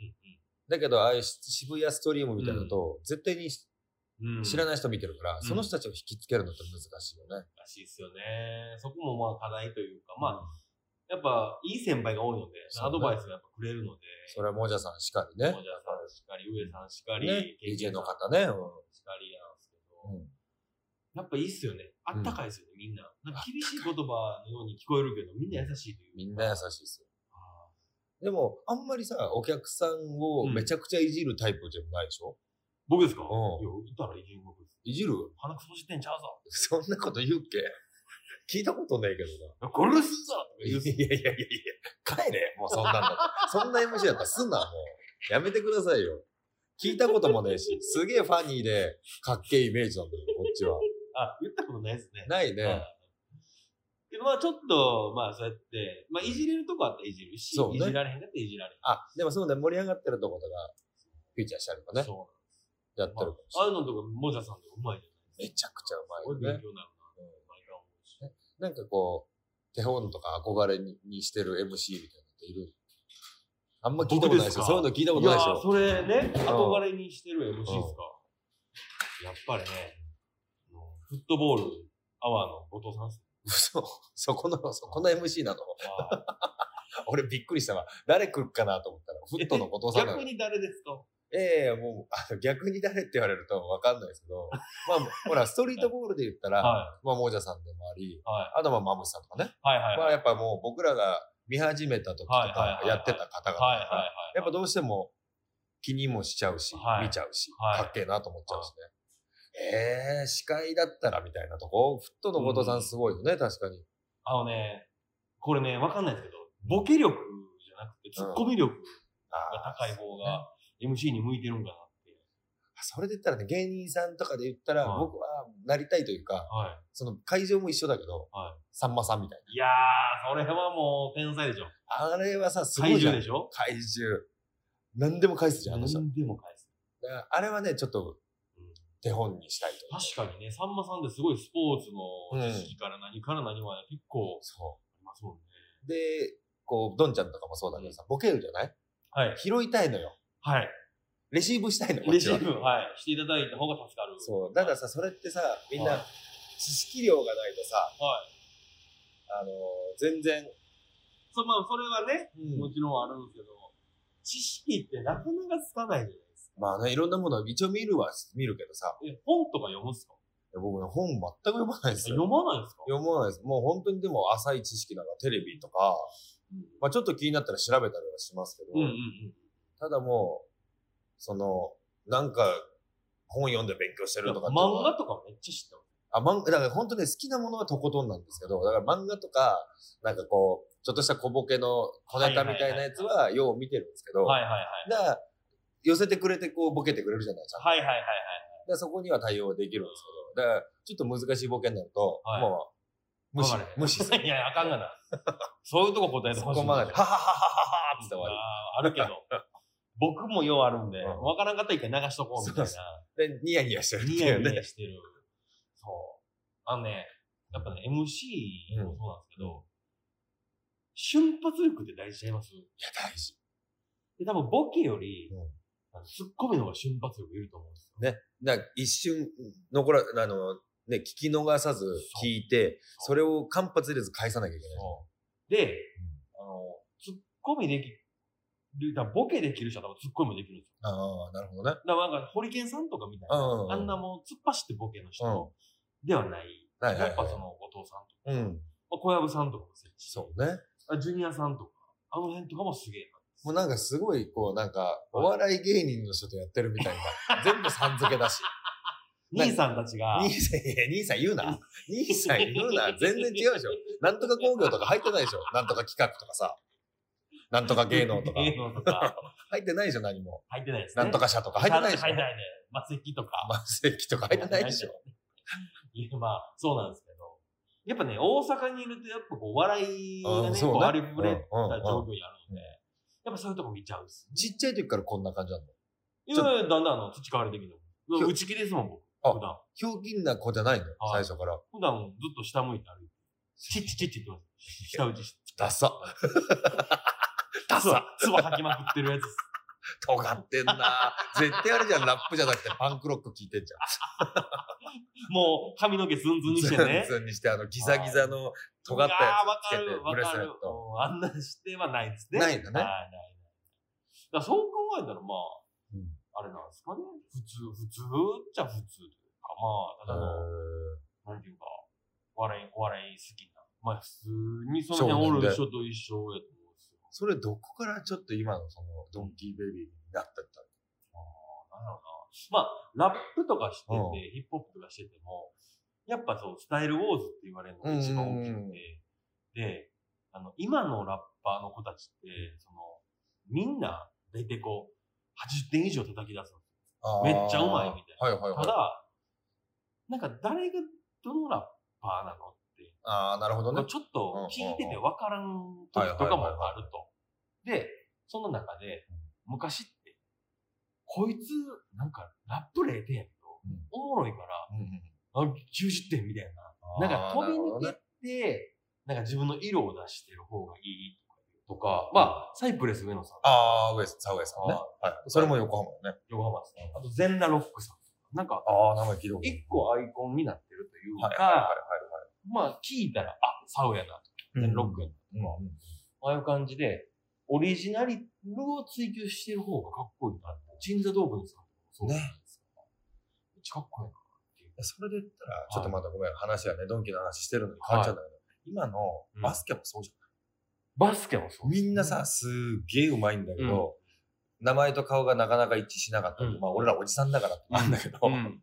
[SPEAKER 2] だけど、ああいうし渋谷ストリームみたいなのと、絶対に
[SPEAKER 3] うんうん
[SPEAKER 2] 知ら
[SPEAKER 3] ない
[SPEAKER 2] ない人見てるから、
[SPEAKER 3] ん
[SPEAKER 2] その人たちを引きつけるのって難しいよね。
[SPEAKER 3] らしいですよね。そこもまあ課題というか、まあ、やっぱいい先輩が多いので、
[SPEAKER 2] そうね
[SPEAKER 3] アドバイスがやっぱくれるので、
[SPEAKER 2] それはもじゃさんしかりね
[SPEAKER 3] も。じゃあさんしっかり、ゆうえさんしかり、
[SPEAKER 2] ね、
[SPEAKER 3] ケンケ
[SPEAKER 2] DJ
[SPEAKER 3] ンさ
[SPEAKER 2] の
[SPEAKER 3] ん
[SPEAKER 2] 方ね。
[SPEAKER 3] しかりなんですけ
[SPEAKER 2] う
[SPEAKER 3] ど、
[SPEAKER 2] ん。うん
[SPEAKER 3] やっぱいいっすよね。あったかいですよね、みんな。なんか厳しい言葉のように聞こえるけど、みんな優しいというか。
[SPEAKER 2] みんな優しいですよ。
[SPEAKER 3] あー
[SPEAKER 2] でも、あんまりさ、お客さんをめちゃくちゃいじるタイプじゃないでしょ、
[SPEAKER 3] 僕ですかい
[SPEAKER 2] ん
[SPEAKER 3] や、いたらいけん僕です。
[SPEAKER 2] いじる
[SPEAKER 3] 鼻くそしてんちゃうぞ。
[SPEAKER 2] そんなこと言うっけ 聞いたことないけどな。
[SPEAKER 3] 殺すぞとか
[SPEAKER 2] い
[SPEAKER 3] 言うっ
[SPEAKER 2] やい
[SPEAKER 3] す
[SPEAKER 2] やいやいや、帰れ、もうそんな んだったそんな MC だったらすんな、もう。やめてくださいよ。聞いたこともねえし、すげえファニーで、かっけえイメージなんだよ、こっちは。
[SPEAKER 3] あ、言ったことないですね。
[SPEAKER 2] ないね。
[SPEAKER 3] けど、まあちょっと、まあそうやって、まあいじれるとこあったらいじるし、
[SPEAKER 2] そうね
[SPEAKER 3] いじられへんかったらいじられへん。
[SPEAKER 2] あ、でもそうだ、盛り上がってるとことか、フィーチャーしたりとかね、
[SPEAKER 3] そ
[SPEAKER 2] や
[SPEAKER 3] う
[SPEAKER 2] って
[SPEAKER 3] なん
[SPEAKER 2] る
[SPEAKER 3] で
[SPEAKER 2] かも
[SPEAKER 3] す。
[SPEAKER 2] し
[SPEAKER 3] まああ
[SPEAKER 2] れ
[SPEAKER 3] あ
[SPEAKER 2] な
[SPEAKER 3] いう
[SPEAKER 2] い
[SPEAKER 3] のとか、もじゃさんとかうまいじゃない
[SPEAKER 2] め
[SPEAKER 3] ですか。
[SPEAKER 2] ちゃくちゃ
[SPEAKER 3] すご
[SPEAKER 2] う
[SPEAKER 3] い
[SPEAKER 2] ま
[SPEAKER 3] 勉
[SPEAKER 2] いよね。
[SPEAKER 3] 強になるな、毎回思うし。
[SPEAKER 2] なんかこう、手本とか憧れににしてる MC みたいなのっているあんま聞いたことないでし
[SPEAKER 3] 僕
[SPEAKER 2] ょ。
[SPEAKER 3] ですか
[SPEAKER 2] そういうの聞いたこ
[SPEAKER 3] い
[SPEAKER 2] とないでし
[SPEAKER 3] やー
[SPEAKER 2] ょ。
[SPEAKER 3] それね、
[SPEAKER 2] ん
[SPEAKER 3] 憧れにしてる MC ですか。やっぱりね、あのフットボールアワーの後藤さんっすね。
[SPEAKER 2] 嘘。そこの、そこの MC なの。
[SPEAKER 3] あー
[SPEAKER 2] 俺びっくりしたわ。誰来るかなと思ったら、フットの後藤さんなの
[SPEAKER 3] 逆。に誰ですか
[SPEAKER 2] ええもう、あの逆に誰って言われるとわかんないですけど、まあ、ほら、ストリートボールで言ったら、
[SPEAKER 3] は
[SPEAKER 2] まあ、もじゃさんでもあり、
[SPEAKER 3] い。は
[SPEAKER 2] あとはまあ、マムシさんとかね。
[SPEAKER 3] い。はいはい
[SPEAKER 2] ま
[SPEAKER 3] はい。
[SPEAKER 2] あ、やっぱもう僕らが見始めた時と
[SPEAKER 3] はいはいはい
[SPEAKER 2] か
[SPEAKER 3] はい
[SPEAKER 2] やってた方々、
[SPEAKER 3] はいはいはい。
[SPEAKER 2] やっぱどうしても気にもしちゃうし、
[SPEAKER 3] はい
[SPEAKER 2] 見ちゃうし、
[SPEAKER 3] はい
[SPEAKER 2] かっけえなと思っちゃうしね。ええー、司会だったらみたいなとこ、フットの後藤さんすごいよね、確かに。
[SPEAKER 3] あのね、これね、わかんないですけど、ボケ力じゃなくて、ツッコミ力
[SPEAKER 2] あ
[SPEAKER 3] が高
[SPEAKER 2] ー
[SPEAKER 3] い方が MC に向いてるんかなって。
[SPEAKER 2] それで言ったらね、芸人さんとかで言ったら、
[SPEAKER 3] はい
[SPEAKER 2] 僕はなりたいというか、
[SPEAKER 3] は
[SPEAKER 2] その会場も一緒だけど、
[SPEAKER 3] は
[SPEAKER 2] さんまさんみたい
[SPEAKER 3] い。いやー、それはもう天才でしょ。
[SPEAKER 2] な。あれはさ、すご
[SPEAKER 3] 体
[SPEAKER 2] いじ
[SPEAKER 3] 重
[SPEAKER 2] ゃん
[SPEAKER 3] で。しょ
[SPEAKER 2] 怪獣。何でも返すじゃん、あの人。
[SPEAKER 3] 何でも返す。
[SPEAKER 2] だからあれはね、ちょっと
[SPEAKER 3] うん
[SPEAKER 2] 手本にしたいという。
[SPEAKER 3] 確かにね、さんまさんってすごいスポーツの知識から何から何まで結構
[SPEAKER 2] そ
[SPEAKER 3] ありますもんね。
[SPEAKER 2] う。で、こう、ドンちゃんとかもそうだけどさ、ボケるじゃない
[SPEAKER 3] はい。
[SPEAKER 2] 拾いたいのよ。
[SPEAKER 3] はい。
[SPEAKER 2] レシーブしたいの、こっ
[SPEAKER 3] レ
[SPEAKER 2] ち
[SPEAKER 3] シ
[SPEAKER 2] は
[SPEAKER 3] ーブ、はい。していただいた方が助かる。
[SPEAKER 2] そう。たださ、それってさ、みん
[SPEAKER 3] はい
[SPEAKER 2] な知識量がないとさ、
[SPEAKER 3] はい。
[SPEAKER 2] あのー、全然、
[SPEAKER 3] そまあ、それはね、
[SPEAKER 2] う
[SPEAKER 3] も
[SPEAKER 2] ん
[SPEAKER 3] ちろんあるんですけど、知識ってなかなかつかないじゃないですか。
[SPEAKER 2] まあね、いろんなものは一応見るは見るけどさ、
[SPEAKER 3] え、本とか読むんですか
[SPEAKER 2] 僕ね、本全く読まないですよ。
[SPEAKER 3] 読まないんですか
[SPEAKER 2] 読まないです。もう本当にでも浅い知識だから、テレビとか、まあちょっと気になったら調べたりはしますけど、
[SPEAKER 3] うんうんうん。
[SPEAKER 2] ただもう、その、なんか、本読んで勉強してるとかっていうのは
[SPEAKER 3] 漫画とかめっちゃ知ってます。
[SPEAKER 2] あ、漫画、だから本当ね、好きなものはとことんなんですけど、だから漫画とか、なんかこう、ちょっとした小ボケの小ネタみたいなやつはよう見てるんですけど、
[SPEAKER 3] はいはいはい。
[SPEAKER 2] だから寄せてくれてこうボケてくれるじゃないですか。
[SPEAKER 3] はいはいはいはい。
[SPEAKER 2] だからそこには対応できるんですけど、だからちょっと難しいボケになると、
[SPEAKER 3] はい
[SPEAKER 2] もう、無視
[SPEAKER 3] わかる、
[SPEAKER 2] 無視する。
[SPEAKER 3] いやいや、あかんが な。そういうとこ答えて
[SPEAKER 2] そ
[SPEAKER 3] ほしい。
[SPEAKER 2] こまで、ははははははって終わ
[SPEAKER 3] あーあるけど。僕もようあるんで、
[SPEAKER 2] うん
[SPEAKER 3] わからんかったら一回流しとこうみたいな。
[SPEAKER 2] り。で、ニヤニヤしてるって
[SPEAKER 3] ニ
[SPEAKER 2] い
[SPEAKER 3] ヤ
[SPEAKER 2] う
[SPEAKER 3] ニ
[SPEAKER 2] ね
[SPEAKER 3] ヤ。してる。そう。あのね、やっぱね、MC もそうなんですけど、瞬発力って大事ちゃいます
[SPEAKER 2] 大事。
[SPEAKER 3] で、多分ボケより、
[SPEAKER 2] うん
[SPEAKER 3] あのツッコミの方が瞬発力いると思うんですよ。
[SPEAKER 2] ねだから一瞬、残ら、あの、ね、聞き逃さず聞いて、
[SPEAKER 3] そう
[SPEAKER 2] それを間髪入れず返さなきゃいけない。
[SPEAKER 3] そうで、あの、ツッコミできる、だからボケできる人は多分ツッコミもできるんですよ。
[SPEAKER 2] ああ、なるほどね。
[SPEAKER 3] だからなんか、ホリケンさんとかみたいな、
[SPEAKER 2] うん
[SPEAKER 3] あんなもう突っ走ってボケの人ではない。
[SPEAKER 2] はいはいはい
[SPEAKER 3] やっぱその、後藤さんとか、
[SPEAKER 2] うん。
[SPEAKER 3] まあ小籔さんとかもそうやし
[SPEAKER 2] そうね。
[SPEAKER 3] あジュニアさんとか、あの辺とかもすげえ
[SPEAKER 2] もうなんかすごい、こう、なんか、お笑い芸人の人とやってるみたい な。全部さん付けだし。
[SPEAKER 3] な。兄さんたちが、
[SPEAKER 2] 兄さん、いや兄さん言 うな。兄さん言うな。全然違うでしょ。なんとか工業とか入ってないでしょ。なんとか企画とかさ。なんとか芸能と か。
[SPEAKER 3] 芸能とか、
[SPEAKER 2] 入ってないでしょ、何も。
[SPEAKER 3] 入ってないですね。
[SPEAKER 2] なんとか社とか入ってないでしょ
[SPEAKER 3] 入。ってないね。マセキとか。
[SPEAKER 2] マセキとか入ってないでしょ。
[SPEAKER 3] いや、まあ、そうなんですけど。やっぱね、大阪にいると、やっぱこう、笑いが
[SPEAKER 2] うん
[SPEAKER 3] ね、
[SPEAKER 2] そうね
[SPEAKER 3] こう、ありふれた
[SPEAKER 2] うんうんうん
[SPEAKER 3] 状況にあるので、やっぱそういうとこ見ちゃうんですね。
[SPEAKER 2] ちっちゃい時からこんな感じなの。
[SPEAKER 3] いやいや、だんだんあの、培われてきて
[SPEAKER 2] ひょ
[SPEAKER 3] 打ち気ですもん、僕。
[SPEAKER 2] あ
[SPEAKER 3] 普段。
[SPEAKER 2] ひょうきんな子じゃないの
[SPEAKER 3] は
[SPEAKER 2] 最
[SPEAKER 3] い
[SPEAKER 2] 初から。
[SPEAKER 3] 普段ずっと下向いて歩いて。チッチッチッチッって言ってます。下打ちして。
[SPEAKER 2] ダサ。 ダ
[SPEAKER 3] 唾
[SPEAKER 2] サ。、
[SPEAKER 3] 唾吐きまくってるやつです。
[SPEAKER 2] 尖ってんな。 絶対あれじゃん。ラップじゃなくてパンクロック聞いてんじゃん。
[SPEAKER 3] もう、髪の毛ズンズンにしてね。
[SPEAKER 2] ツンツンにして、あの、ギザギザの尖ったやつつけ
[SPEAKER 3] い
[SPEAKER 2] て
[SPEAKER 3] やー、わ、かる、
[SPEAKER 2] ブレ
[SPEAKER 3] わ
[SPEAKER 2] ス
[SPEAKER 3] か
[SPEAKER 2] レッ
[SPEAKER 3] る。
[SPEAKER 2] ト。
[SPEAKER 3] うんあんなしてはないですね。
[SPEAKER 2] ないんだね
[SPEAKER 3] はいないない。だからそう考えたら、まあ、
[SPEAKER 2] うん
[SPEAKER 3] あれなんですかね。普通、普通っちゃ普通というか、まあ、ただの、なんていうか、笑い、お笑い好きな。まあ、普通にその辺おる人と一緒やと思うんですよ。
[SPEAKER 2] それどこからちょっと今のそのドンキーベビーになったったの
[SPEAKER 3] なんだろうな。まあ、ラップとかしてて、
[SPEAKER 2] うん
[SPEAKER 3] ヒップホップとかしてても、やっぱそう、スタイルウォーズって言われるのが一番大き
[SPEAKER 2] うんうんうん
[SPEAKER 3] くて、で、あの、今のラッパーの子たちって、その、みんな、だいたいこう、80点以上叩き出すの。
[SPEAKER 2] あー
[SPEAKER 3] めっちゃうまいみた
[SPEAKER 2] はいはい
[SPEAKER 3] た
[SPEAKER 2] はい。
[SPEAKER 3] だ、なんか誰がどのラッパーなのって、
[SPEAKER 2] ああ、なるほどね。
[SPEAKER 3] ちょっと聞いてて分からん時とかもあると。で、その中で、昔って、こいつ、なんか、ラップ0点やけど
[SPEAKER 2] うん、
[SPEAKER 3] おもろいから、
[SPEAKER 2] うんうん
[SPEAKER 3] あ90点みたいな。なんか飛び抜けて、なんか自分の色を出してる方がいいとか、まあ、サイプレス上野さん、
[SPEAKER 2] あーなるほどねあー、ウエスト、サウエスさんね。
[SPEAKER 3] あ
[SPEAKER 2] はい。それも横浜だね。
[SPEAKER 3] 横浜さん、あと全裸ロックさん。なんか、
[SPEAKER 2] ああ、名前聞いたことない
[SPEAKER 3] 一個アイコンになってるという
[SPEAKER 2] はいはいはいは
[SPEAKER 3] か、まあ、聞いたら、あ、サウやな、
[SPEAKER 2] いはい。
[SPEAKER 3] 全ロックやな。
[SPEAKER 2] うん。うんうん
[SPEAKER 3] ああいう感じで、オリジナリティを追求してる方がかっこいいなって。鎮座動物さんもそうなんですけど、めっちゃかっこいいな。
[SPEAKER 2] それで言ったら、ちょっとまたごめん、話はね、ドンキの話してるのに変わっちゃうんだけど、今の
[SPEAKER 3] うん
[SPEAKER 2] バスケもそうじ
[SPEAKER 3] バスケもそ
[SPEAKER 2] ゃん。
[SPEAKER 3] うです
[SPEAKER 2] みんなさ、すげえうまいんだけど、名前と顔がなかなか一致しなかったり
[SPEAKER 3] うん
[SPEAKER 2] まあ俺らおじさんだからってなんだけど、
[SPEAKER 3] うん。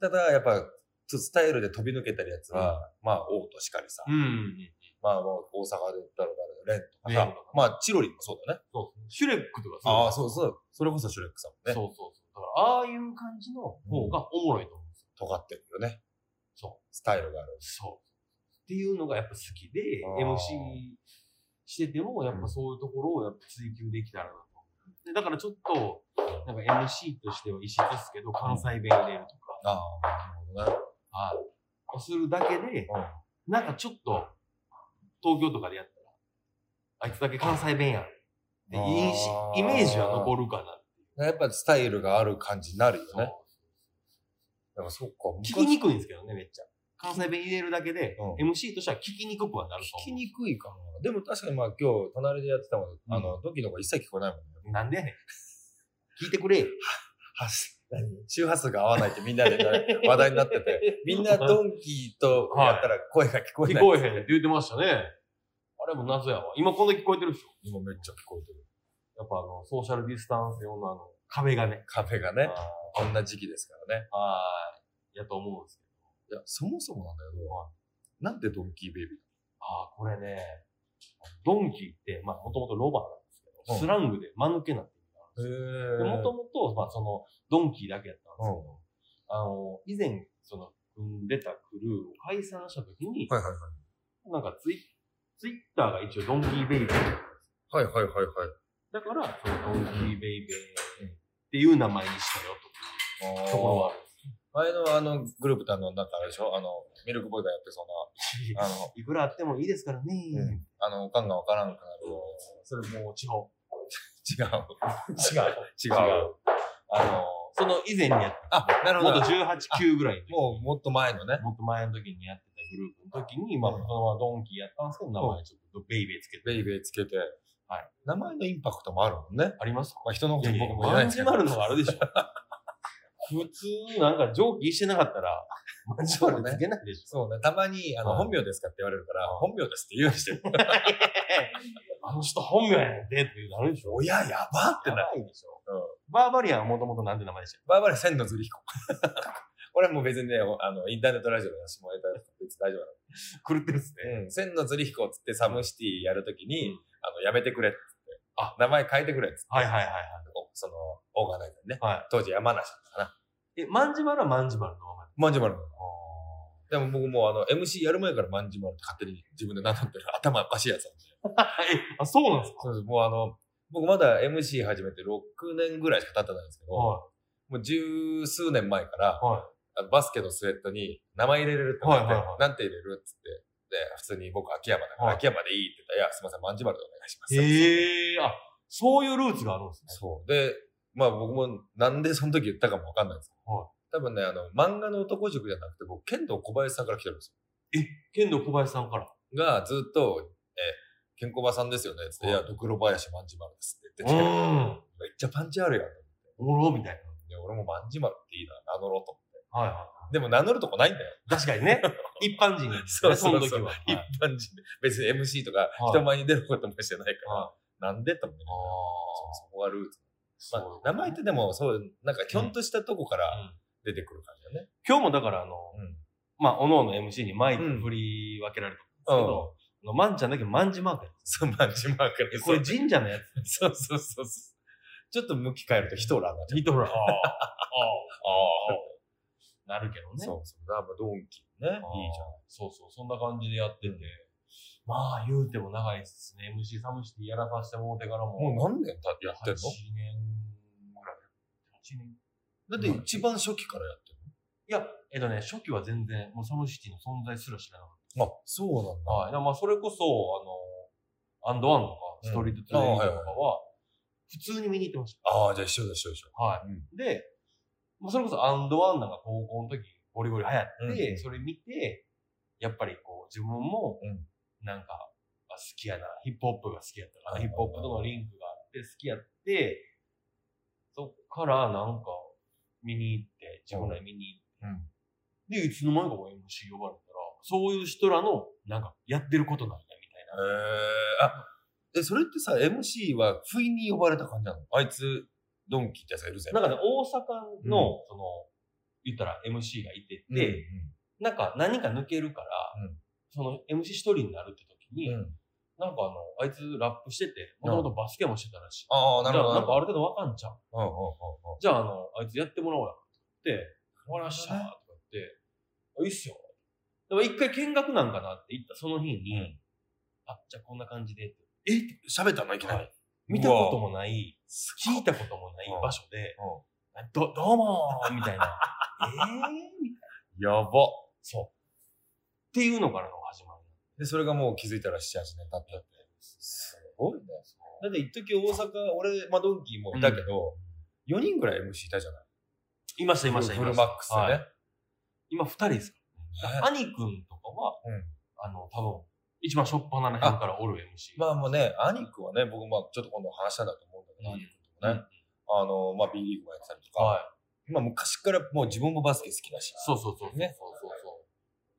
[SPEAKER 2] ただやっぱ、スタイルで飛び抜けたやつは、まあ、王としかりさ、
[SPEAKER 3] うん。
[SPEAKER 2] まあ、もう大阪で言ったら誰だ、レン
[SPEAKER 3] レン
[SPEAKER 2] と
[SPEAKER 3] とか
[SPEAKER 2] かさ、まあ、チロリンもそうだね。
[SPEAKER 3] そうですね。シュレックとか
[SPEAKER 2] ああ、
[SPEAKER 3] う
[SPEAKER 2] そうそう。それこそシュレックさん
[SPEAKER 3] ですそ
[SPEAKER 2] もね、
[SPEAKER 3] うそうそう。だから、ああいう感じの方がおもろいと思うんですよ。
[SPEAKER 2] 尖ってるよね。
[SPEAKER 3] そ
[SPEAKER 2] スタイルがある
[SPEAKER 3] う。。そう。っていうのがやっぱ好きで
[SPEAKER 2] あ、ー
[SPEAKER 3] MC してても、やっぱそういうところをやっぱ追求できたらなと。でだからちょっと、なんか MC としては異質ですけど、関西弁入れるとか、
[SPEAKER 2] ああ、なるほどね。
[SPEAKER 3] はい。するだけで、
[SPEAKER 2] うん
[SPEAKER 3] なんかちょっと、東京とかでやったら、あいつだけ関西弁やん。で、いいし
[SPEAKER 2] あ、ー
[SPEAKER 3] イメージは残るかなっていう。
[SPEAKER 2] やっぱスタイルがある感じになるよ
[SPEAKER 3] そう
[SPEAKER 2] ね。でもそっか、
[SPEAKER 3] 聞きにくいんですけどね、めっちゃ。関西弁入れるだけで、
[SPEAKER 2] う
[SPEAKER 3] MC としては聞きにくくはなると
[SPEAKER 2] 聞
[SPEAKER 3] 思う。
[SPEAKER 2] きにくいかな。でも確かにまあ今日隣でやってたもん、
[SPEAKER 3] ん
[SPEAKER 2] あの、ドキのが一切聞こえないもんね。
[SPEAKER 3] なんでやねん。聞いてくれ。
[SPEAKER 2] はし周波数が合わないってみんなでね 話題になってて、みんなドンキーとやったら声が聞こえ
[SPEAKER 3] 聞
[SPEAKER 2] ない。
[SPEAKER 3] こえへんって言ってましたね。あれも謎やわ。今こんな聞こえてるでしょ。
[SPEAKER 2] 今めっちゃ聞こえてる。
[SPEAKER 3] やっぱあの、ソーシャルディスタンス用のあの、壁がね。
[SPEAKER 2] カフェがね、こんな時期ですからね。
[SPEAKER 3] はい。やと思うんですけ
[SPEAKER 2] いや、そもそもなんだけど、
[SPEAKER 3] は
[SPEAKER 2] なんでドンキーベイビー
[SPEAKER 3] ど。ああ、これね、ドンキーって、まあもともとロバなんですけ
[SPEAKER 2] うん
[SPEAKER 3] ど、スラングで間抜けなって意味があるんですよ
[SPEAKER 2] へ
[SPEAKER 3] で、もともと、まあ、その、ドンキーだけやったんですけど、あの、以前、その、組んでたクルーを解散したときに、
[SPEAKER 2] はいはい
[SPEAKER 3] なんかツイ、ツイッターが一応ドンキーベイベーだったんですよ
[SPEAKER 2] はい。はいはいはいはい。
[SPEAKER 3] だから、そのドンキーベイベーっていう名前にしたよ
[SPEAKER 2] あ
[SPEAKER 3] と、
[SPEAKER 2] ー
[SPEAKER 3] ところはあるんです
[SPEAKER 2] 前のあのグループってあの、なんかあれでしょあの、ミルクボーイがやってそ
[SPEAKER 3] いう
[SPEAKER 2] な、あの、
[SPEAKER 3] いくらあってもいいですからね。
[SPEAKER 2] うんあの、おかんがわからんくな
[SPEAKER 3] それもう地方。
[SPEAKER 2] る。 違う。違う。 違
[SPEAKER 3] 違
[SPEAKER 2] う。
[SPEAKER 3] う。あの、その以前にやっ
[SPEAKER 2] あ、なる
[SPEAKER 3] た、
[SPEAKER 2] ほ
[SPEAKER 3] も
[SPEAKER 2] ど。
[SPEAKER 3] っと18、9ぐらいの時
[SPEAKER 2] もうもっと前のね。
[SPEAKER 3] もっと前の時にやってたグループの時に、まあ、そ
[SPEAKER 2] うん
[SPEAKER 3] のままドンキーやったんですけど、名前ちょっとベイベーつけて。
[SPEAKER 2] ベイベーつけて。
[SPEAKER 3] はい
[SPEAKER 2] 名前のインパクトもあるもんね。
[SPEAKER 3] あります
[SPEAKER 2] まあ人のこと僕も言えない
[SPEAKER 3] マ
[SPEAKER 2] で
[SPEAKER 3] ン
[SPEAKER 2] す
[SPEAKER 3] ジ
[SPEAKER 2] けど。
[SPEAKER 3] マルのはあるでしょ。普通、なんか上記してなかったら、マンジマルつけないでしょ。
[SPEAKER 2] そうね。たまに、あの、
[SPEAKER 3] はい
[SPEAKER 2] 本名ですかって言われるから、本名ですって言うようにして る。
[SPEAKER 3] あの人本名やねんでってなるでしょ。
[SPEAKER 2] 親やばって
[SPEAKER 3] や
[SPEAKER 2] なる。
[SPEAKER 3] ばいでしょ。
[SPEAKER 2] うん
[SPEAKER 3] バーバリアンはもともとなんて名前でしたっ
[SPEAKER 2] バーバリア千のずり彦。 俺はもう別にね、あの、インターネットラジオの話もやったら別に大丈
[SPEAKER 3] け
[SPEAKER 2] 夫
[SPEAKER 3] 狂ってるっすね。
[SPEAKER 2] なの。うん。千のずり彦っつってサムシティやるとき
[SPEAKER 3] う
[SPEAKER 2] に、
[SPEAKER 3] ん
[SPEAKER 2] あの、やめてくれっつって。
[SPEAKER 3] あ
[SPEAKER 2] 名前変えてくれっつって。
[SPEAKER 3] はいはいはいはい。
[SPEAKER 2] おその、オーガナイザーね。
[SPEAKER 3] は
[SPEAKER 2] 当時山梨だったかな。
[SPEAKER 3] え、マンジマルはマンジマルの名前。
[SPEAKER 2] マンジュマル。でも僕もうあの、MC やる前からマンジュマルって勝手に自分で名乗ってる頭おかしいやつなんで。
[SPEAKER 3] え、あ、そうなんですか
[SPEAKER 2] そうです。もうあの、僕まだ MC 始めて6年ぐらいしか経ってないんですけど、
[SPEAKER 3] は
[SPEAKER 2] もう十数年前から
[SPEAKER 3] い。、はい。
[SPEAKER 2] あのバスケのスウェットに名前入れれるってなって、
[SPEAKER 3] はいはいはい
[SPEAKER 2] なんて入れるっつって、で、普通に僕秋山だから、
[SPEAKER 3] はい
[SPEAKER 2] 秋山でいいって言ったら、いや、すいません、マンジュマルでお願いします。
[SPEAKER 3] へえー、あ、そういうルーツがあるんですね。
[SPEAKER 2] そう。で、まあ僕もなんでその時言ったかもわかんないんですけど、
[SPEAKER 3] はい
[SPEAKER 2] 多分ね、あの、漫画の男塾じゃなくて、僕、剣道小林さんから来てるんです
[SPEAKER 3] 剣道小林さんから。
[SPEAKER 2] よ。が、ずっと、え、ケンコバさんですよねっつって、い
[SPEAKER 3] はい
[SPEAKER 2] や、ドクロ林マンジュマルですって言ってて、
[SPEAKER 3] ん。
[SPEAKER 2] めっちゃパンチあるやん。
[SPEAKER 3] うおろみたい
[SPEAKER 2] で俺も万事丸っていいな、名乗ろうと思って。
[SPEAKER 3] な。はいは
[SPEAKER 2] でも名乗るとこない んだよ。
[SPEAKER 3] い。確かにね。一般人がね、
[SPEAKER 2] そうそうそ
[SPEAKER 3] の
[SPEAKER 2] う
[SPEAKER 3] 時は。
[SPEAKER 2] 一
[SPEAKER 3] はい
[SPEAKER 2] 般人で。別に MC とか
[SPEAKER 3] はい
[SPEAKER 2] 人前に出ることもしてないから、
[SPEAKER 3] は
[SPEAKER 2] なんでと思って。
[SPEAKER 3] あ
[SPEAKER 2] そうそこがルーツ。
[SPEAKER 3] あ
[SPEAKER 2] まあ、名前ってでも、そう、なんか、きょんとしたとこから
[SPEAKER 3] うん
[SPEAKER 2] 出てくる感じだね。
[SPEAKER 3] 今日もだからあの、まあ、おのおの MC にマイク
[SPEAKER 2] うん
[SPEAKER 3] 振り分けられたんですけど、あのマンちゃんだけ万事マークや
[SPEAKER 2] そう、万事丸から。
[SPEAKER 3] これ神社のやつ。
[SPEAKER 2] そうそうそうそう。ちょっと向き変えるとヒトラーになっちゃう。
[SPEAKER 3] 見と ら。ああ。あ
[SPEAKER 2] あ
[SPEAKER 3] あ。なるけどね。
[SPEAKER 2] そうそう。だからまあドンキね。いいじゃん。
[SPEAKER 3] そうそう、そんな感じでやってて。まあ、言うても長いですね。MC サムシティやらさせてもうてからも。
[SPEAKER 2] もう何年たやって
[SPEAKER 3] ?8
[SPEAKER 2] ん
[SPEAKER 3] 年ぐらい。8年。
[SPEAKER 2] のだって一番初期からやって
[SPEAKER 3] いや、えっとね、初期は全然、もうサムシティの存在すら知らなかっ
[SPEAKER 2] るの。あ、そうなん
[SPEAKER 3] た。はい。だからまあ、それこそ、あの、アンドワンとか、
[SPEAKER 2] うん
[SPEAKER 3] ストリートトレーニングとか
[SPEAKER 2] あはい
[SPEAKER 3] は、普通に見に行ってました。
[SPEAKER 2] ああ、じゃあ一緒だ、一緒一緒。
[SPEAKER 3] はい。で、まあ、それこそアンドワンなんか高校の時、ゴリゴリ流行って、
[SPEAKER 2] うん
[SPEAKER 3] それ見て、やっぱりこう、自分も
[SPEAKER 2] うん、
[SPEAKER 3] なんか、あ好きやな、ヒップホップが好きやったから、
[SPEAKER 2] うん
[SPEAKER 3] ヒップホップとのリンクがあって、好きやって、そっからなんか、見に行って、自分らで見に行って、で、いつの間にか MC 呼ばれたら、そういう人らの、なんか、やってることなんだ、みたいな。
[SPEAKER 2] えー、あ、で、それってさ、MC は不意に呼ばれた感じなのあいつ、ドンキってやつがいるぜ。
[SPEAKER 3] なん
[SPEAKER 2] か、
[SPEAKER 3] かね、大阪の、その、言ったら MC がいてて、なんか何か抜けるから、
[SPEAKER 2] うん
[SPEAKER 3] その MC 一人になるって時に、
[SPEAKER 2] うん。
[SPEAKER 3] なんかあの、あいつラップしてて、
[SPEAKER 2] うん
[SPEAKER 3] もともとバスケもしてたらしい。
[SPEAKER 2] ああ、な
[SPEAKER 3] じ
[SPEAKER 2] る
[SPEAKER 3] ゃ
[SPEAKER 2] ほど。
[SPEAKER 3] あ、なんか
[SPEAKER 2] あ
[SPEAKER 3] ある程度わかんちゃう。
[SPEAKER 2] うんうんうん
[SPEAKER 3] じゃあ、あの、あいつやってもらおうや。って、わかりました。とか言って、あいいっすよ。でも一回見学なんかなって言ったその日に、
[SPEAKER 2] うん
[SPEAKER 3] あ、じゃあこんな感じで。
[SPEAKER 2] うん。え、喋ったのいきな
[SPEAKER 3] は
[SPEAKER 2] り。
[SPEAKER 3] い見たこともない、聞いたこともない
[SPEAKER 2] うん
[SPEAKER 3] 場所で、
[SPEAKER 2] う
[SPEAKER 3] ど、どうもーみたいな。え ーみたいな。
[SPEAKER 2] ん。やば。
[SPEAKER 3] そう。っていうのからの始まり。
[SPEAKER 2] で、それがもう気づいたら7、8年経ったって。すごいね。だって一時大阪、俺、まあドンキーもいたけど、4人ぐらい MC いたじゃない
[SPEAKER 3] いました、いました、い
[SPEAKER 2] フ
[SPEAKER 3] ま
[SPEAKER 2] ル
[SPEAKER 3] し
[SPEAKER 2] マ
[SPEAKER 3] た。
[SPEAKER 2] ックスでね。
[SPEAKER 3] はい今二人ですから
[SPEAKER 2] ね
[SPEAKER 3] ね。兄くんとかは、
[SPEAKER 2] うん
[SPEAKER 3] あの、多分、一番初っ端な辺からおる MC。
[SPEAKER 2] まあもうね、アニクはね、僕まあちょっと今度話したいなと思うんだけど、
[SPEAKER 3] うん
[SPEAKER 2] アニクともね、あの、まあ B リーグもやってたりとか、
[SPEAKER 3] はい。
[SPEAKER 2] まあ昔からもう自分もバスケ好きだし、
[SPEAKER 3] そうそうそう。
[SPEAKER 2] ね
[SPEAKER 3] そうそうそう。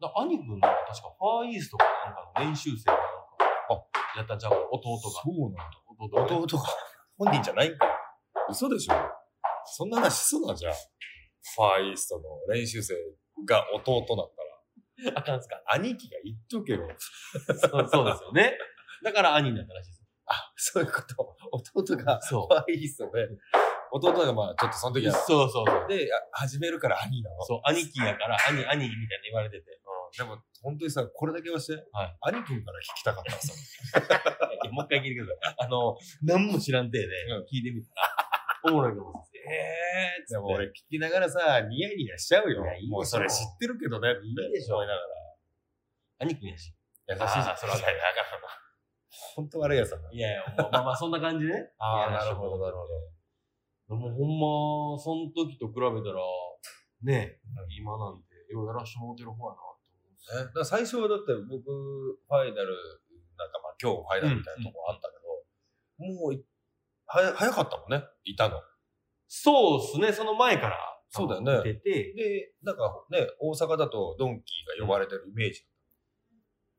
[SPEAKER 3] だ兄くんは確かファーイーストかなんかの練習生かなんか、やったんちゃうか弟が。
[SPEAKER 2] そうなんだ。
[SPEAKER 3] 弟がね、
[SPEAKER 2] 弟が本人じゃないんか。嘘でしょそんな話しそうなんじゃん。ファーイーストの練習生が弟だった
[SPEAKER 3] あかんすか
[SPEAKER 2] ら、兄貴が言っとけよ。
[SPEAKER 3] そう そうですよね。だから兄になったらしいです。
[SPEAKER 2] あ、そういうこと。弟が
[SPEAKER 3] そ
[SPEAKER 2] ファーイーストで、弟がまあちょっとその時
[SPEAKER 3] う。
[SPEAKER 2] は、
[SPEAKER 3] そうそうそう。
[SPEAKER 2] で、あ始めるから兄なの。
[SPEAKER 3] そう、兄貴やから、兄、兄みたいな言われてて。
[SPEAKER 2] でも、本当にさ、これだけはして、
[SPEAKER 3] はい
[SPEAKER 2] 兄貴から聞きたか ったさ。
[SPEAKER 3] いやもう一回聞いてください。あの、何も知らんてで
[SPEAKER 2] うん、
[SPEAKER 3] 聞いてみたら、おもろいかもしれない。えーっつって
[SPEAKER 2] でも俺聞きながらさ、ニヤニヤしちゃうよ
[SPEAKER 3] いやいいでし。ょ
[SPEAKER 2] もうそれ知ってるけどねって。
[SPEAKER 3] いいでしょ
[SPEAKER 2] 思いながら。
[SPEAKER 3] 兄貴やし。
[SPEAKER 2] 優しいじ
[SPEAKER 3] あ
[SPEAKER 2] ゃん。
[SPEAKER 3] ーそれは分かる分かる
[SPEAKER 2] 本当悪いやつだな。
[SPEAKER 3] いやいや、もうまあまあそんな感じでね。
[SPEAKER 2] あー
[SPEAKER 3] いや
[SPEAKER 2] なるほどなる
[SPEAKER 3] でもほんま、その時と比べたら、ね、今なんて、ようやらしてもらってる方やなって思うんですよ
[SPEAKER 2] ねだから最初はだって僕、ファイナル、なんかまあ今日ファイナルみたいなとこあったけど、もうい、はや早かったもんね、いたの。
[SPEAKER 3] そうっすね、その前から。
[SPEAKER 2] そうだよね
[SPEAKER 3] 出て、
[SPEAKER 2] で、なんかね、大阪だとドンキーが呼ばれてるイメージ。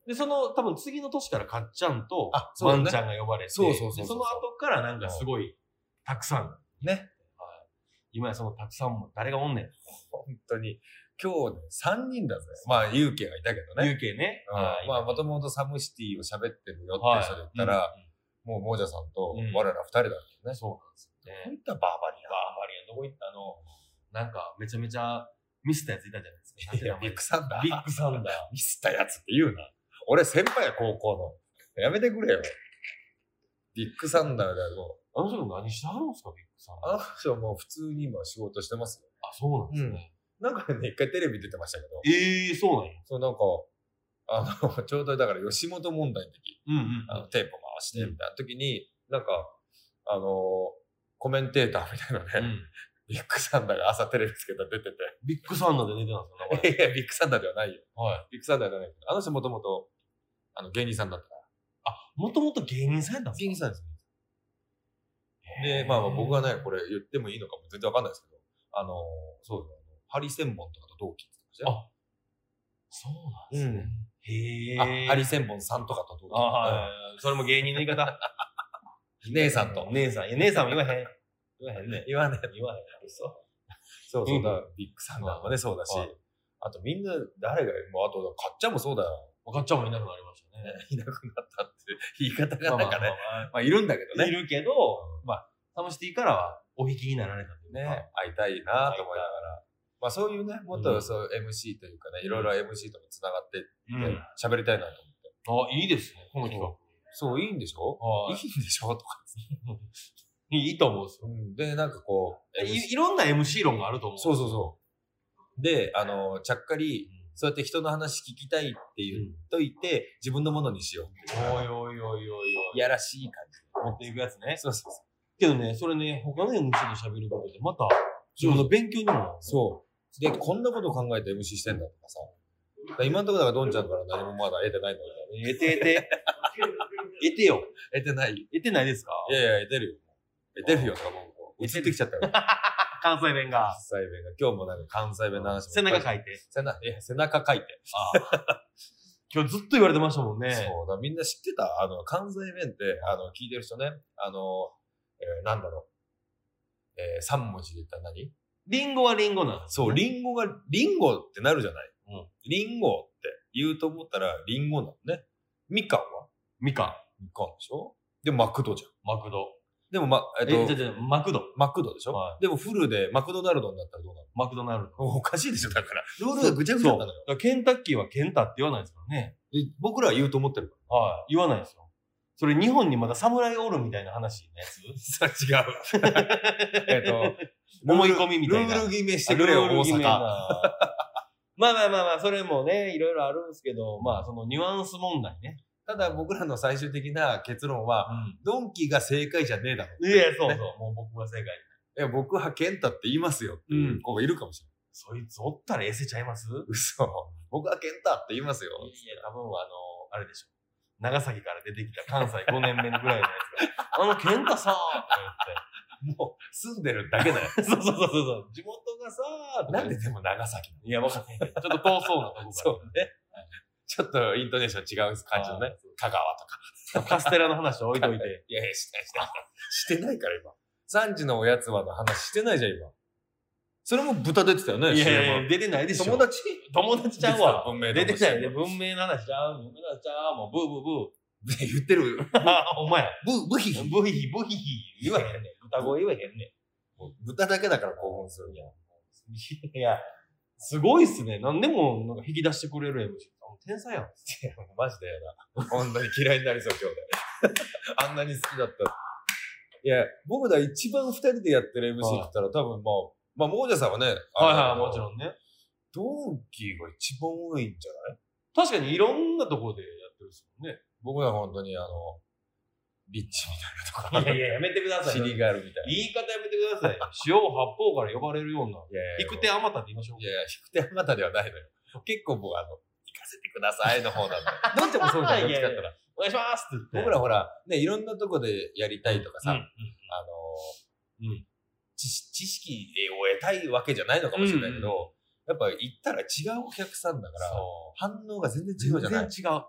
[SPEAKER 3] で、その、多分次の年からかっちゃんと、
[SPEAKER 2] あそう
[SPEAKER 3] ワ
[SPEAKER 2] だ
[SPEAKER 3] ン
[SPEAKER 2] ね
[SPEAKER 3] ちゃんが呼ばれて、
[SPEAKER 2] そうそうそうそう
[SPEAKER 3] でその後からなんかすごい、たくさん。
[SPEAKER 2] ね。
[SPEAKER 3] 今やそのたくさんも誰がおんねん。
[SPEAKER 2] 本当に。今日ね、3人だぜ。まあ、ユウケがいたけどね。
[SPEAKER 3] 有形ね。
[SPEAKER 2] うんまあ、も
[SPEAKER 3] ま
[SPEAKER 2] ともとサムシティを喋ってるよっていう人で言ったら、、もう、モジャさんと
[SPEAKER 3] うん、
[SPEAKER 2] 我ら二人だけどね。
[SPEAKER 3] そうなんですよね。
[SPEAKER 2] ういったバーバリ
[SPEAKER 3] バーバリアンどこ行ったのなんかめちゃめちゃミスったやついたじゃないですか。なんて名
[SPEAKER 2] いや、ビ
[SPEAKER 3] 前
[SPEAKER 2] ッグ
[SPEAKER 3] ビッグサ
[SPEAKER 2] サンダー。
[SPEAKER 3] ンダー。
[SPEAKER 2] ミスったやつって言うな。俺、先輩や、高校の。やめてくれよ。ビッグサンダーでもう、
[SPEAKER 3] あの人何してはるんですか、ビッグサンダー。
[SPEAKER 2] あの人はもう普通に今仕事してますよ。
[SPEAKER 3] あ、そうなんですね。
[SPEAKER 2] なんかね、一回テレビ出てましたけど、
[SPEAKER 3] ええそうなんや。
[SPEAKER 2] そうなんか、あの、 ちょうどだから吉本問題の時、
[SPEAKER 3] うん
[SPEAKER 2] あの、テープ回して、みたいな時に、なんか、あのコメンテーターみたいなね、
[SPEAKER 3] うん。うん、
[SPEAKER 2] ビッグサンダーが朝テレビつけたら出てて、
[SPEAKER 3] ビッグサンダーで寝てたんですよ、名前。
[SPEAKER 2] いや、ビッグサンダーではないよ。
[SPEAKER 3] はい。
[SPEAKER 2] ビッグサンダーではないけど。あの人もともと、あの、芸人さんだったから。
[SPEAKER 3] あ、もともと芸人さんやったんですか
[SPEAKER 2] 人さんですね。
[SPEAKER 3] へ
[SPEAKER 2] で、まあまあ僕はね、これ言ってもいいのかも全然わかんないですけど、あの、そうよあのハリセンボンとかと同期って言って
[SPEAKER 3] そうなんですね。
[SPEAKER 2] ました
[SPEAKER 3] へえ。
[SPEAKER 2] ね。あハリセンボンさんとかと同期。
[SPEAKER 3] あはい。それも芸人の言い方。
[SPEAKER 2] 姉さんと
[SPEAKER 3] 姉さん。いや、姉さんも言わへん。言わへんね。
[SPEAKER 2] 言わね
[SPEAKER 3] 言わへん。嘘。
[SPEAKER 2] そう
[SPEAKER 3] う
[SPEAKER 2] そ
[SPEAKER 3] ん
[SPEAKER 2] う、だからビッグサンダーもね、そうだし
[SPEAKER 3] はい、
[SPEAKER 2] あとみんな誰が、もうあと、かっちゃんもそうだよ。
[SPEAKER 3] おかっちゃんもいなくなりましたね。
[SPEAKER 2] いなくなったって 言い方
[SPEAKER 3] ま
[SPEAKER 2] が
[SPEAKER 3] あまあ
[SPEAKER 2] なん
[SPEAKER 3] まあ
[SPEAKER 2] かね、
[SPEAKER 3] まあ
[SPEAKER 2] まあいるんだけど
[SPEAKER 3] い
[SPEAKER 2] ね。
[SPEAKER 3] るけど、まあ、サムシティからはお引きになられたというか。
[SPEAKER 2] ね、会いたいなと思いながら。まあそういうね、もっ
[SPEAKER 3] う
[SPEAKER 2] と
[SPEAKER 3] ん
[SPEAKER 2] そう MC というかね、いろいろ MC とも繋がってって
[SPEAKER 3] うん。
[SPEAKER 2] 喋りたいなと思って。
[SPEAKER 3] あ、いいですね、この企画。
[SPEAKER 2] そう、いいんでしょ い
[SPEAKER 3] は
[SPEAKER 2] いんでしょとか。
[SPEAKER 3] い。いいと思うんですよ。
[SPEAKER 2] で、なんかこう、MC
[SPEAKER 3] いいろんな MC 論があると思う。
[SPEAKER 2] そうそうそう。で、あの、ちゃっかり、
[SPEAKER 3] う
[SPEAKER 2] そうやって人の話聞きたいって言っといて、自分のものにしようって
[SPEAKER 3] ん。
[SPEAKER 2] いう。
[SPEAKER 3] おいおいおいおいおい。
[SPEAKER 2] いやらしい感
[SPEAKER 3] 持っていくやつね。
[SPEAKER 2] じ。そうそうそう。
[SPEAKER 3] けどね、それね、他の MC と喋ることで、また、自分の勉強にも。
[SPEAKER 2] そう。で、こんなことを考えて MC してんだとかさ。だから今のところだから、どんちゃんから何もまだ得てないのよ。
[SPEAKER 3] 得て得て。得てよ。
[SPEAKER 2] 得てない。
[SPEAKER 3] 得てないですか
[SPEAKER 2] いやいや、得てるよ。得てるよとかもう、映ってきちゃったよ。関
[SPEAKER 3] 関西弁が。
[SPEAKER 2] 西弁が。今日もなんか関西弁の話も。
[SPEAKER 3] 背中書
[SPEAKER 2] いて。
[SPEAKER 3] いて。
[SPEAKER 2] 背中、いや、背中書いて。
[SPEAKER 3] 今日ずっと言われてましたもんね。
[SPEAKER 2] そうだ、みんな知ってたあの、関西弁って、あの、聞いてる人ね、あの、えーなんだろう。えー、三文字で言ったら何
[SPEAKER 3] リンゴはリンゴなんです。
[SPEAKER 2] そう、リンゴが、リンゴってなるじゃない、
[SPEAKER 3] うん
[SPEAKER 2] リンゴって言うと思ったら、リンゴなのね。みかんは
[SPEAKER 3] みかん、
[SPEAKER 2] みかんでしょでも、マクドじゃん。
[SPEAKER 3] マクド。
[SPEAKER 2] でも、ま、え
[SPEAKER 3] え、
[SPEAKER 2] っ
[SPEAKER 3] じゃ
[SPEAKER 2] と
[SPEAKER 3] あ、じゃあマクド。
[SPEAKER 2] マクドでしょ、
[SPEAKER 3] は
[SPEAKER 2] でも、フルでマクドナルドになったらどうなる
[SPEAKER 3] マクドナルド。
[SPEAKER 2] のおかしいでしょだから。ルールがぐちゃぐちゃだったのよ。
[SPEAKER 3] そうだからケンタッキーはケンタって言わないですからね。
[SPEAKER 2] で僕らは言うと思ってるか
[SPEAKER 3] はい。言わないですよ。それ日本にまだ侍おるみたいな 話のやつ。
[SPEAKER 2] ら。それ違う。 えっと、
[SPEAKER 3] 思い込みみたいな
[SPEAKER 2] ルール決めしてくれよ、
[SPEAKER 3] あ
[SPEAKER 2] 大 阪。
[SPEAKER 3] まあまあまあまあ、それもね、いろいろあるんですけど、まあそのニュアンス問題ね。
[SPEAKER 2] ただ僕らの最終的な結論は、ドンキが正解じゃねえだろ。
[SPEAKER 3] いや、そうそう。もう僕が正解。
[SPEAKER 2] いや、僕はケンタって言いますよっていう子がいるかもしれない。
[SPEAKER 3] そいつおったらエセちゃいますいや、
[SPEAKER 2] 嘘。 僕はケンタって言いますよ。
[SPEAKER 3] 多分あの、あれでしょ。長崎から出てきた関西5年目ぐらいのやつが、あの、ケンタさん
[SPEAKER 2] もう住んでるだけだよ。
[SPEAKER 3] とか言って。 そうそうそうそう。地元がさーとか
[SPEAKER 2] なんででも長崎なの
[SPEAKER 3] いや、わかんないけど。ちょっと遠そうなとこから。
[SPEAKER 2] そうね。 ちょっとイントネーション違う感じのね。香川とか。
[SPEAKER 3] カステラの話置いとい て。
[SPEAKER 2] いやいや、してない、してない。してないから今。三時のおやつはの話してないじゃん、今。それも豚出てたよね、
[SPEAKER 3] いやいやい
[SPEAKER 2] CM
[SPEAKER 3] や、出てないでしょ。
[SPEAKER 2] 友達
[SPEAKER 3] 友達ちゃうわ。
[SPEAKER 2] 文明
[SPEAKER 3] 出てないね。
[SPEAKER 2] ね。
[SPEAKER 3] 文明の話ちゃう。文明の話ちゃう。もう、ブーブー
[SPEAKER 2] 言ってる。
[SPEAKER 3] ブー。 あ、お前や。
[SPEAKER 2] ブ、ブヒ
[SPEAKER 3] ブヒヒ、ブヒヒ。言わへんねん。歌声言わへんね
[SPEAKER 2] もう豚だけだから興奮するんやん。
[SPEAKER 3] ん。いや、すごいっすね。何でも、なんか引き出してくれる MC。天才や ん。
[SPEAKER 2] マジだよな。本当に嫌いになりそう、兄弟。 あんなに好きだった。いや、僕ら一番二人でやってる MC って言ったら、多分まあ、まあ、モージャさんはね、
[SPEAKER 3] はいは
[SPEAKER 2] はい
[SPEAKER 3] い、もちろんね。
[SPEAKER 2] ドンキーが一番多いんじゃない
[SPEAKER 3] 確かにいろんなところでやってるっすもんね。
[SPEAKER 2] 僕ら本当にあの、ビッチみたいなとこ。
[SPEAKER 3] いやいや、やめてくだ
[SPEAKER 2] シリガールみたいな。
[SPEAKER 3] 言い方やめてくだ さい。四方八方から呼ばれるような。
[SPEAKER 2] いやいや
[SPEAKER 3] 行く手あまたって言いましょう
[SPEAKER 2] い。やいや、引く手あまたではないのよ。結構僕あの、行かせてくだ さいの方なんだよ。どっちもそうじゃん、どっちかって言ったら。
[SPEAKER 3] お願いしますって言って。
[SPEAKER 2] 僕らほら、ね、いろんなとこでやりたいとかさ、
[SPEAKER 3] うん
[SPEAKER 2] あのー
[SPEAKER 3] うん
[SPEAKER 2] 知知識を得たいわけじゃないのかもしれないけ
[SPEAKER 3] う
[SPEAKER 2] ど、
[SPEAKER 3] ん
[SPEAKER 2] やっぱ行ったら違うお客さんだから、
[SPEAKER 3] そ
[SPEAKER 2] 反応が全然
[SPEAKER 3] う。
[SPEAKER 2] 違うじゃない。
[SPEAKER 3] 全然違う。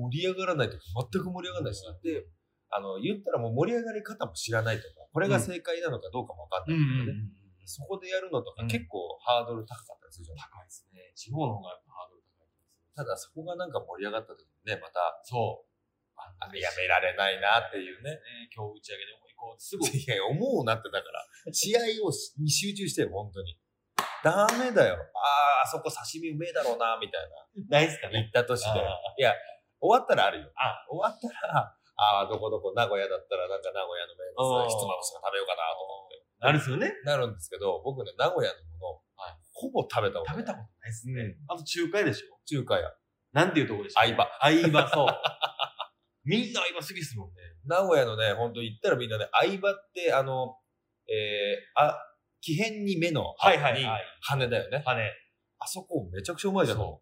[SPEAKER 2] もう盛り上がらないとき、全く盛り上がらないし、で、あの、言ったらもう盛り上がり方も知らないとか、これが正解なのかどうかもわかんないとかね、そこでやるの
[SPEAKER 3] う
[SPEAKER 2] とか
[SPEAKER 3] ん
[SPEAKER 2] 結構ハードル高かったりするじゃない、
[SPEAKER 3] 高いですね。地方の方がやっぱハードル高いです。
[SPEAKER 2] ただそこがなんか盛り上がった時にね、また、
[SPEAKER 3] そう。
[SPEAKER 2] あやめられないなっていうね。
[SPEAKER 3] ね、今日打ち上げでも行こうってすぐ。
[SPEAKER 2] いや、思うなって、だから、試合をしに集中してよ、本当に。ダメだよ。あーあそこ刺身うめえだろうな、みたい
[SPEAKER 3] ないっすか
[SPEAKER 2] な。行。った年で
[SPEAKER 3] あー。
[SPEAKER 2] いや、終わったらあるよ。
[SPEAKER 3] あ
[SPEAKER 2] 終わったら、ああ、どこどこ、名古屋だったら、なんか名古屋の
[SPEAKER 3] あー
[SPEAKER 2] 名物、ひつまぶしが食べようかな、と思って。
[SPEAKER 3] あるっすよね。
[SPEAKER 2] なるんですけど、僕ね、名古屋のもの、
[SPEAKER 3] はい
[SPEAKER 2] ほぼ食べたこと
[SPEAKER 3] 食べたこととないっす
[SPEAKER 2] う
[SPEAKER 3] ね
[SPEAKER 2] ん。
[SPEAKER 3] あと中華屋でしょ。
[SPEAKER 2] 中華屋。
[SPEAKER 3] なんていうとこでしょ。
[SPEAKER 2] 相葉。
[SPEAKER 3] 相葉、そう。みんな相葉好きっすもんね。
[SPEAKER 2] 名古屋のね、本当行ったらみんなね、相場って、あの、えー、あ、奇変に目の、
[SPEAKER 3] はいはいはい。
[SPEAKER 2] 羽だよね。
[SPEAKER 3] 羽。
[SPEAKER 2] あそこめちゃくちゃうまいじゃん。
[SPEAKER 3] そ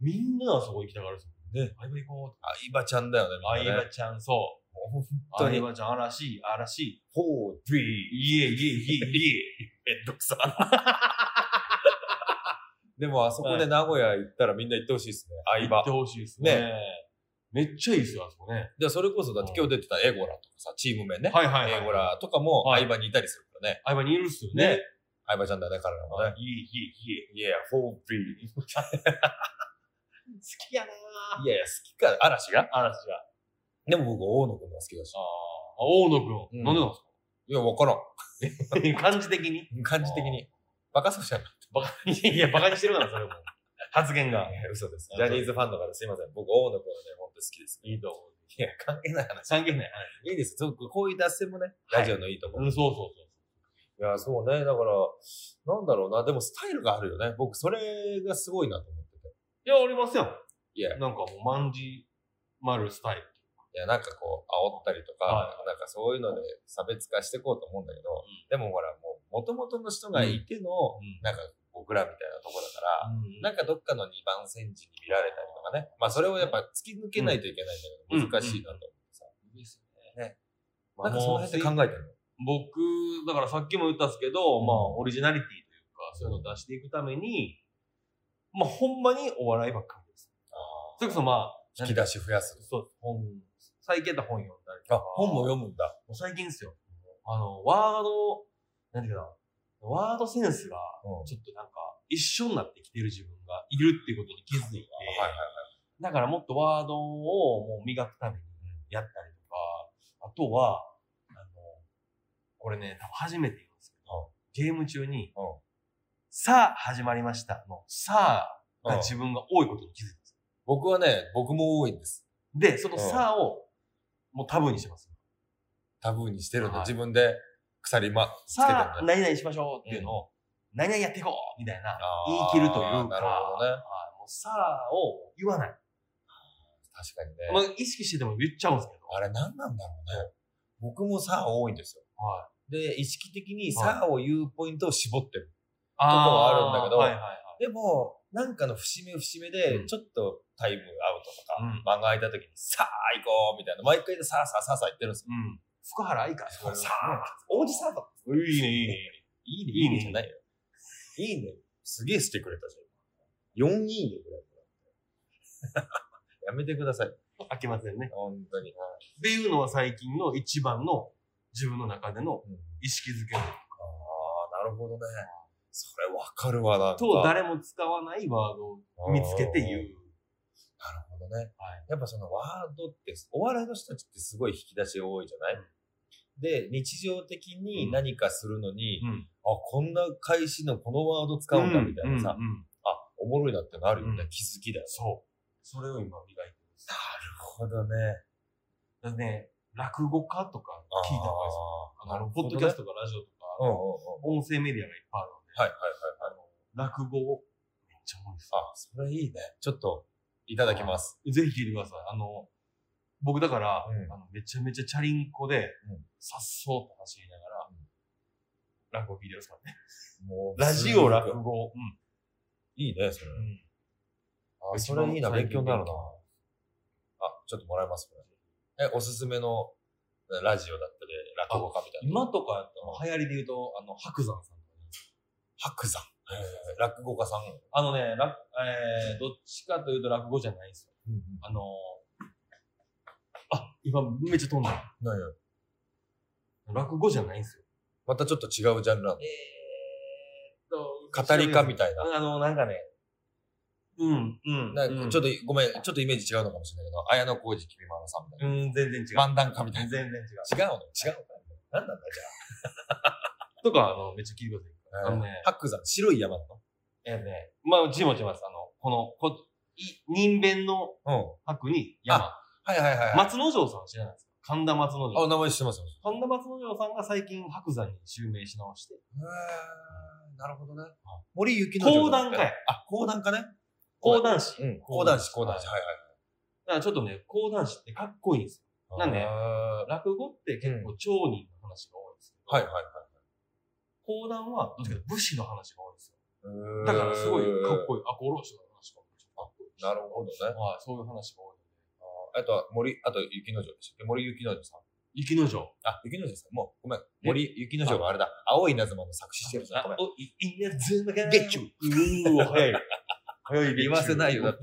[SPEAKER 3] みんなあそこ行きたがるっすもん
[SPEAKER 2] ね。
[SPEAKER 3] 相葉行こうって。
[SPEAKER 2] 相葉ちゃんだよね。みんなね
[SPEAKER 3] 相葉ちゃん、そ
[SPEAKER 2] 本
[SPEAKER 3] あ
[SPEAKER 2] 当
[SPEAKER 3] れ
[SPEAKER 2] に。
[SPEAKER 3] はじゃあ嵐、嵐、
[SPEAKER 2] 4、3。
[SPEAKER 3] いえいえいえいえ。
[SPEAKER 2] めんどくさ。でもあそこで名古屋行ったらみんな行ってほしいですね。
[SPEAKER 3] 行
[SPEAKER 2] 相
[SPEAKER 3] っ
[SPEAKER 2] 葉
[SPEAKER 3] て。ほしいですね
[SPEAKER 2] ね
[SPEAKER 3] めっちゃいいですよ、あそこね。
[SPEAKER 2] じゃあそれこそだって今日出てたエゴラとかさ、チーム名ね。
[SPEAKER 3] はいは
[SPEAKER 2] エゴ。ラとかも相葉にいたりするからね。
[SPEAKER 3] 相葉にいるっすよね。
[SPEAKER 2] ね。相葉ちゃんだね、彼らもね。
[SPEAKER 3] いえいえいえ。
[SPEAKER 2] いや、4、3。
[SPEAKER 3] 好きやない
[SPEAKER 2] やいや、好きか、嵐 が。
[SPEAKER 3] 嵐が。あ
[SPEAKER 2] でも僕、大野くんが好きだし。
[SPEAKER 3] あ、大野く
[SPEAKER 2] うん
[SPEAKER 3] ん。なんでなんです
[SPEAKER 2] いや、わから
[SPEAKER 3] か 感じ的に。
[SPEAKER 2] ん。感じ的に。バカそうじゃん。
[SPEAKER 3] バカ、いやいや、バカにしてるから、それも。発言が。
[SPEAKER 2] 嘘です。ジャニーズファンの方すいません。僕、大野くんはね、ほんと好きです。
[SPEAKER 3] いいと思う。
[SPEAKER 2] いや、関係ない話。
[SPEAKER 3] 関係ない。
[SPEAKER 2] いいです。そうこういう脱線もね、
[SPEAKER 3] はい
[SPEAKER 2] ラジオのいいところ。
[SPEAKER 3] うん、そうそうそう。
[SPEAKER 2] いや、そうね。だから、なんだろうな。でもスタイルがあるよね。僕、それがすごいなと思ってて。
[SPEAKER 3] いや、ありますよ。
[SPEAKER 2] いや、い
[SPEAKER 3] なんかもう、まんじ丸スタイル。
[SPEAKER 2] やなんかこう、煽ったりとか、
[SPEAKER 3] は
[SPEAKER 2] なんかそういうので差別化していこうと思うんだけど、でもほら、もう、元々の人がいての、
[SPEAKER 3] うん
[SPEAKER 2] なんか僕らみたいなとこだから、なんかどっかの2番戦時に見られたりとかね。まあ、それをやっぱ突き抜けないといけないんだけど、
[SPEAKER 3] うん
[SPEAKER 2] 難しいなと思ってさ。
[SPEAKER 3] です
[SPEAKER 2] まあなんかその辺で考えてるの。
[SPEAKER 3] 僕、だからさっきも言ったんですけど、
[SPEAKER 2] うん
[SPEAKER 3] まあ、オリジナリティというか、そういうのを出していくために、まあ、ほんまにお笑いばっかりです。それこそまあ、
[SPEAKER 2] 引き出し増やす。
[SPEAKER 3] そう、本、最近やったら本読んだりと
[SPEAKER 2] あ
[SPEAKER 3] か。、
[SPEAKER 2] 本も読むんだ。
[SPEAKER 3] もう最近ですよ。あの、ワード、なんていうかな、ワードセンスが、
[SPEAKER 2] うん
[SPEAKER 3] ちょっとなんか、一緒になってきてる自分がいるっていうことに気づいて、
[SPEAKER 2] はいはい
[SPEAKER 3] だからもっとワードをもう磨くためにやったりとか、あとは、あの、これね、多分初めて言うんですけど、ゲーム中に
[SPEAKER 2] うん、
[SPEAKER 3] さあ始まりましたの、さあ
[SPEAKER 2] う
[SPEAKER 3] が
[SPEAKER 2] ん
[SPEAKER 3] 自分が多いことに気づいたんです。
[SPEAKER 2] 僕はね、僕も多いんです。
[SPEAKER 3] で、その
[SPEAKER 2] うん
[SPEAKER 3] さあを、もうタブーにしてます。
[SPEAKER 2] タブーにしてるんで、
[SPEAKER 3] はい
[SPEAKER 2] 自分で鎖ま、つけてるん
[SPEAKER 3] さあ、
[SPEAKER 2] で。
[SPEAKER 3] 何々しましょうっていうのを、何々やっていこうみたいな、言い
[SPEAKER 2] あー
[SPEAKER 3] 切るというか、
[SPEAKER 2] なるほ
[SPEAKER 3] は
[SPEAKER 2] どね
[SPEAKER 3] い。もうさあを言わない。
[SPEAKER 2] 確かにね。
[SPEAKER 3] まあ、意識してても言っちゃうんですけど。
[SPEAKER 2] あれ何なんだろうね。僕もさあ多いんですよ。
[SPEAKER 3] はい。
[SPEAKER 2] で、意識的
[SPEAKER 3] は
[SPEAKER 2] に
[SPEAKER 3] い
[SPEAKER 2] さあを言うポイントを絞ってる。
[SPEAKER 3] あ
[SPEAKER 2] こはあるんだけ
[SPEAKER 3] ー
[SPEAKER 2] ど
[SPEAKER 3] はいはいはい。
[SPEAKER 2] でも、なんかの節目節目で
[SPEAKER 3] う、ん
[SPEAKER 2] ちょっとタイムアウトとか、
[SPEAKER 3] うん
[SPEAKER 2] 間が空いた時に、さあ行こうみたいな。毎回でさあさあさあさあ言ってるんですよ。
[SPEAKER 3] うん。福原愛か。
[SPEAKER 2] さあ、王子さんとか。
[SPEAKER 3] うん。いいね、いいね。
[SPEAKER 2] い
[SPEAKER 3] ね
[SPEAKER 2] いいいねじゃないよ。いいね。すげえしてくれたじゃん。4いいねぐらい。 やめてください。
[SPEAKER 3] 飽きませんね。
[SPEAKER 2] 本当に。
[SPEAKER 3] っていうのは最近の一番の自分の中での
[SPEAKER 2] うん
[SPEAKER 3] 意識づけの。
[SPEAKER 2] ああ、なるほどね。それわかるわ、なんか。
[SPEAKER 3] と、
[SPEAKER 2] なる
[SPEAKER 3] 誰も使わないワードを見つけて言う。
[SPEAKER 2] ほどね。
[SPEAKER 3] はい
[SPEAKER 2] やっぱそのワードって、お笑いの人たちってすごい引き出し多いじゃない、
[SPEAKER 3] うん
[SPEAKER 2] で、日常的に何かするのに、
[SPEAKER 3] うん。
[SPEAKER 2] あ、こんな返しのこのワード使うんだみたいなさ、
[SPEAKER 3] うんうんうん
[SPEAKER 2] あ、おもろいなってなるよね、
[SPEAKER 3] うん
[SPEAKER 2] 気づきだよ。
[SPEAKER 3] そう。それを今磨いてます。
[SPEAKER 2] なるほどね。
[SPEAKER 3] だってね、落語家とか聞いた方がいいですよ。
[SPEAKER 2] あーな
[SPEAKER 3] あ
[SPEAKER 2] る
[SPEAKER 3] の、
[SPEAKER 2] ほ
[SPEAKER 3] ポ
[SPEAKER 2] ど、ね。
[SPEAKER 3] ッドキャストとかラジオと
[SPEAKER 2] うんうん
[SPEAKER 3] か、
[SPEAKER 2] うん。
[SPEAKER 3] 音声メディアがいっぱいあるので、
[SPEAKER 2] はいはいはいはい。
[SPEAKER 3] 落語をめっちゃ多いですよ。
[SPEAKER 2] あ、それいいね。ちょっと、いただきます。
[SPEAKER 3] ぜひ聞いてください。あの、僕だから、
[SPEAKER 2] うん
[SPEAKER 3] あのめちゃめちゃチャリンコで
[SPEAKER 2] うん、
[SPEAKER 3] さっそうと走りながら、落語聞いてますからね。
[SPEAKER 2] もう
[SPEAKER 3] ラジオ落語。
[SPEAKER 2] いいね、それ。
[SPEAKER 3] うんうん
[SPEAKER 2] あ、それいいな、
[SPEAKER 3] 最
[SPEAKER 2] 勉
[SPEAKER 3] 近
[SPEAKER 2] 強になるな。あ、ちょっともらいます、これ。え、おすすめのラジオだったり、落語家みたいな。
[SPEAKER 3] 今とかやったら流行りで言うと、あの、白山さんとかね
[SPEAKER 2] 白山。落語家さん。
[SPEAKER 3] あのね、らえー、どっちかというと落語じゃないんですよ。
[SPEAKER 2] うんうん。
[SPEAKER 3] あのー、あ、今めっちゃ飛んだ。
[SPEAKER 2] なんや
[SPEAKER 3] 落語じゃないんですよ。
[SPEAKER 2] またちょっと違うジャンルなの
[SPEAKER 3] え。ー
[SPEAKER 2] 語りかみ
[SPEAKER 3] い
[SPEAKER 2] たいな。
[SPEAKER 3] あの、なんかね、うん、うん。
[SPEAKER 2] なんかちょ
[SPEAKER 3] と、
[SPEAKER 2] っと、ごめん、ちょっとイメージ違うのかもしれないけど、綾小路きみまろさんみたい
[SPEAKER 3] うん、全然違う。
[SPEAKER 2] な。漫談家みたい
[SPEAKER 3] 全
[SPEAKER 2] な。
[SPEAKER 3] 然違う。
[SPEAKER 2] 違うの違うのなんなんだじ
[SPEAKER 3] とか、あの、めっちゃ聞いてください。
[SPEAKER 2] ゃあ
[SPEAKER 3] あのね
[SPEAKER 2] 白山、白い山なの
[SPEAKER 3] えー、ね、まあ、字も違います。あの、この、こ、い人弁の
[SPEAKER 2] うん。
[SPEAKER 3] 白に山。
[SPEAKER 2] はいはいはいはい。
[SPEAKER 3] 松之丞さん知らないですか神田松之丞。
[SPEAKER 2] あ、名前知ってますよ。
[SPEAKER 3] 神田松之丞さんが最近白山に襲名し直して、
[SPEAKER 2] へーなるほどね。森幸之丞
[SPEAKER 3] 講談家や。
[SPEAKER 2] あ、講談家ね。
[SPEAKER 3] 講談師。
[SPEAKER 2] うん。講談師、講談師。はい
[SPEAKER 3] だからちょっとね、講談師ってかっこいいんです
[SPEAKER 2] はい。
[SPEAKER 3] なんで
[SPEAKER 2] あー
[SPEAKER 3] よ。落語って結構町人の話が多いんですけど、
[SPEAKER 2] はいはいはい。
[SPEAKER 3] 講談はどっちかというと武士の話が多いんですよ。
[SPEAKER 2] うーん
[SPEAKER 3] だからすごいかっこいい。あ、五郎師の話が多い。
[SPEAKER 2] なるほどね。
[SPEAKER 3] はい、そういう話が多いので。
[SPEAKER 2] え、あとは森、あと雪の城でしたっけ森雪の城さん。
[SPEAKER 3] 雪の城。
[SPEAKER 2] あ、雪の城さん。もう、ごめん。森雪の城があれだ。青い稲妻の作詞してるじゃん。ごめん。
[SPEAKER 3] お、い、いなずまが
[SPEAKER 2] ゲッチュ
[SPEAKER 3] うーわ、早い。早い、
[SPEAKER 2] 言わせないよ。だって。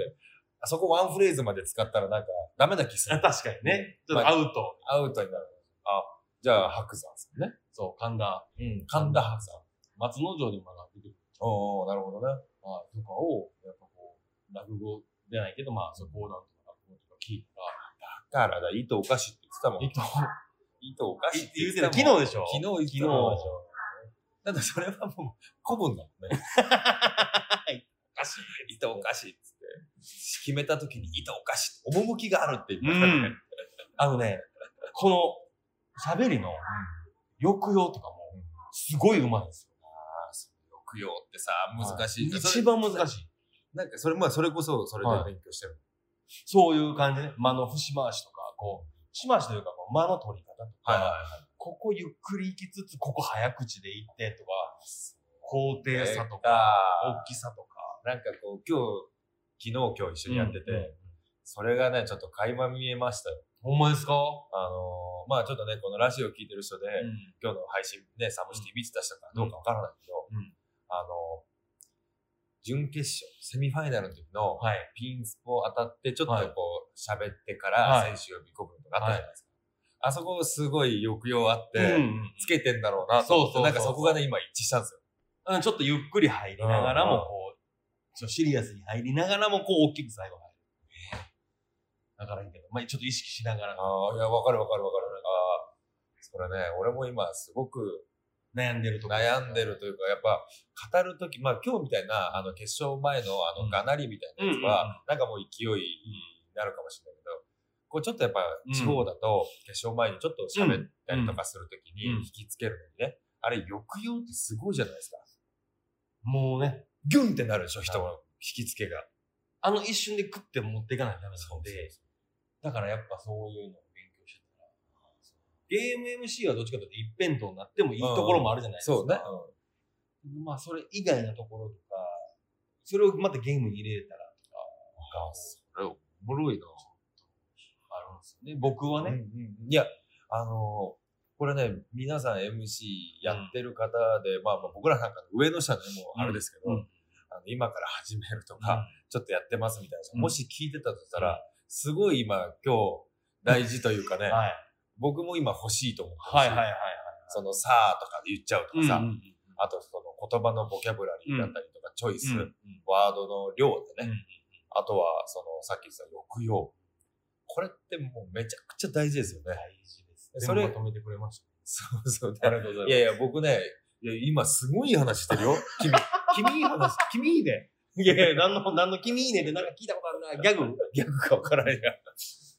[SPEAKER 2] あそこワンフレーズまで使ったらなんか、ダメな気す
[SPEAKER 3] あ
[SPEAKER 2] る。
[SPEAKER 3] 確かにね。ちょっとアウト。
[SPEAKER 2] アウトになる。あ、じゃあ、白山さんね。
[SPEAKER 3] そう、神田。
[SPEAKER 2] うん。神田白山。
[SPEAKER 3] 松之丞にもが出てくる。
[SPEAKER 2] おー、なるほどね。
[SPEAKER 3] はい、とかを、やっぱこう、落語じゃないけど、まあ、そう、講談とか落語とか聞いたら、
[SPEAKER 2] だからだ、糸おかしいって言ってたもん。
[SPEAKER 3] えっと、
[SPEAKER 2] 糸おかしいって言ってたもん。
[SPEAKER 3] 昨日でしょ
[SPEAKER 2] 昨日
[SPEAKER 3] 昨日で
[SPEAKER 2] 言
[SPEAKER 3] し
[SPEAKER 2] ってたもん。
[SPEAKER 3] ょ。
[SPEAKER 2] だってそれはもう、古文だもんね。おかしい。糸おかしいっつって。決めた時に糸おかしい。趣があるって言ってたね。
[SPEAKER 3] ん。 あのね、この喋りの抑揚とかも、すごい上手いんです
[SPEAKER 2] ああ、そう、抑揚ってさ、
[SPEAKER 3] よ。
[SPEAKER 2] 難しい。
[SPEAKER 3] 一番難
[SPEAKER 2] い。
[SPEAKER 3] しい。
[SPEAKER 2] なんか、それ、まあ、それこそ、それで
[SPEAKER 3] はい
[SPEAKER 2] 勉強してる。
[SPEAKER 3] そういう感じね。間の節回しとか、こう、節回しというか、こう間の取り方とか、
[SPEAKER 2] はいはい
[SPEAKER 3] ここゆっくり行きつつ、ここ早口で行ってとか、高低さとか、
[SPEAKER 2] か
[SPEAKER 3] 大きさとか。
[SPEAKER 2] なんかこう、今日、昨日今日一緒にやってて、
[SPEAKER 3] うんうん
[SPEAKER 2] それがね、ちょっと垣間見えましたよ。
[SPEAKER 3] ほんまですか
[SPEAKER 2] あのーまあちょっとね、このラジオ聞いてる人で、
[SPEAKER 3] うん。
[SPEAKER 2] 今日の配信ね、サムシティビーチ出したかどうかわからないけど、
[SPEAKER 3] うん
[SPEAKER 2] あの、準決勝、セミファイナルの時の
[SPEAKER 3] はい。
[SPEAKER 2] ピンスポ当たって、ちょっとこ
[SPEAKER 3] はいう
[SPEAKER 2] 喋ってか
[SPEAKER 3] は
[SPEAKER 2] ら
[SPEAKER 3] い
[SPEAKER 2] 選手を見込むとかあったじゃないですか。あそこすごい抑揚あって、
[SPEAKER 3] うん
[SPEAKER 2] つけてんだろうなと思って
[SPEAKER 3] そうそうそうそう
[SPEAKER 2] なんかそこがね、今一致したんですよ。
[SPEAKER 3] うん、ちょっとゆっくり入りながら
[SPEAKER 2] うん
[SPEAKER 3] も
[SPEAKER 2] う、ん
[SPEAKER 3] こう、ちょっとシリアスに入りながらも、こう、大きく最後入る。だからいいけど、まあ、ちょっと意識しながら
[SPEAKER 2] ああ、いや、わかるわかるわかる。ああ、それね、俺も今すごく
[SPEAKER 3] 悩んでるとか。
[SPEAKER 2] 悩んでるというか、やっぱ語るとき、まあ今日みたいな、あの決勝前のあ
[SPEAKER 3] う
[SPEAKER 2] の
[SPEAKER 3] ん
[SPEAKER 2] がなりみたいなやつ
[SPEAKER 3] うんうん
[SPEAKER 2] は、なんかもう勢いになるかもしれないけど、こうちょっとやっぱ地方だと決勝前にちょっと喋ったりとかするときに
[SPEAKER 3] うん
[SPEAKER 2] 引きつけるのにね、あれ抑揚ってすごいじゃないですか。
[SPEAKER 3] もうね、
[SPEAKER 2] ギュンってなるでしょ、人の引きつけが。
[SPEAKER 3] あの一瞬で食って持っていかないとダメなので、だからやっぱそういうのを勉強してたら、ゲーム MC はどっちかというと一辺倒になってもいいところもあるじゃないですか。
[SPEAKER 2] そうね。
[SPEAKER 3] まあ、それ以外のところとか、それをまたゲームに入れたらとか、
[SPEAKER 2] それおもろいな。
[SPEAKER 3] あるんですよね。僕は
[SPEAKER 2] うん
[SPEAKER 3] ね。
[SPEAKER 2] うんうんいや、あのこれね、皆さん MC やってる方で、まあまあ僕らなんか上の社でもうあれですけど、
[SPEAKER 3] うんうん
[SPEAKER 2] あの今から始めるとか、ちょっとやってますみたいな、
[SPEAKER 3] うん
[SPEAKER 2] もし聞いてたとしたら、すごい今今日大事というかね、
[SPEAKER 3] はい。
[SPEAKER 2] 僕も今欲しいと思ってる
[SPEAKER 3] はい
[SPEAKER 2] し
[SPEAKER 3] はいはいはい。
[SPEAKER 2] そのさあとかで言っちゃうとかさ、
[SPEAKER 3] うんうんうん
[SPEAKER 2] あとその言葉のボキャブラリーだったりとか、チョイス、
[SPEAKER 3] うんうん
[SPEAKER 2] ワードの量でね、
[SPEAKER 3] うん
[SPEAKER 2] あとはそのさっき言ってた抑揚。これってもうめちゃくちゃ大事ですよね。
[SPEAKER 3] 大事ですね。
[SPEAKER 2] そ
[SPEAKER 3] そ
[SPEAKER 2] れ
[SPEAKER 3] れまとめてくれまし
[SPEAKER 2] そうそう。
[SPEAKER 3] た。ありがとうござ
[SPEAKER 2] いやいや、僕ね、いや今すごいいい話してる よ。君、君いい話、君いいね。
[SPEAKER 3] いやいや、なんの、なんの君いいねってなんか聞いたことあるな。ギャグ
[SPEAKER 2] 逆か分からんや。い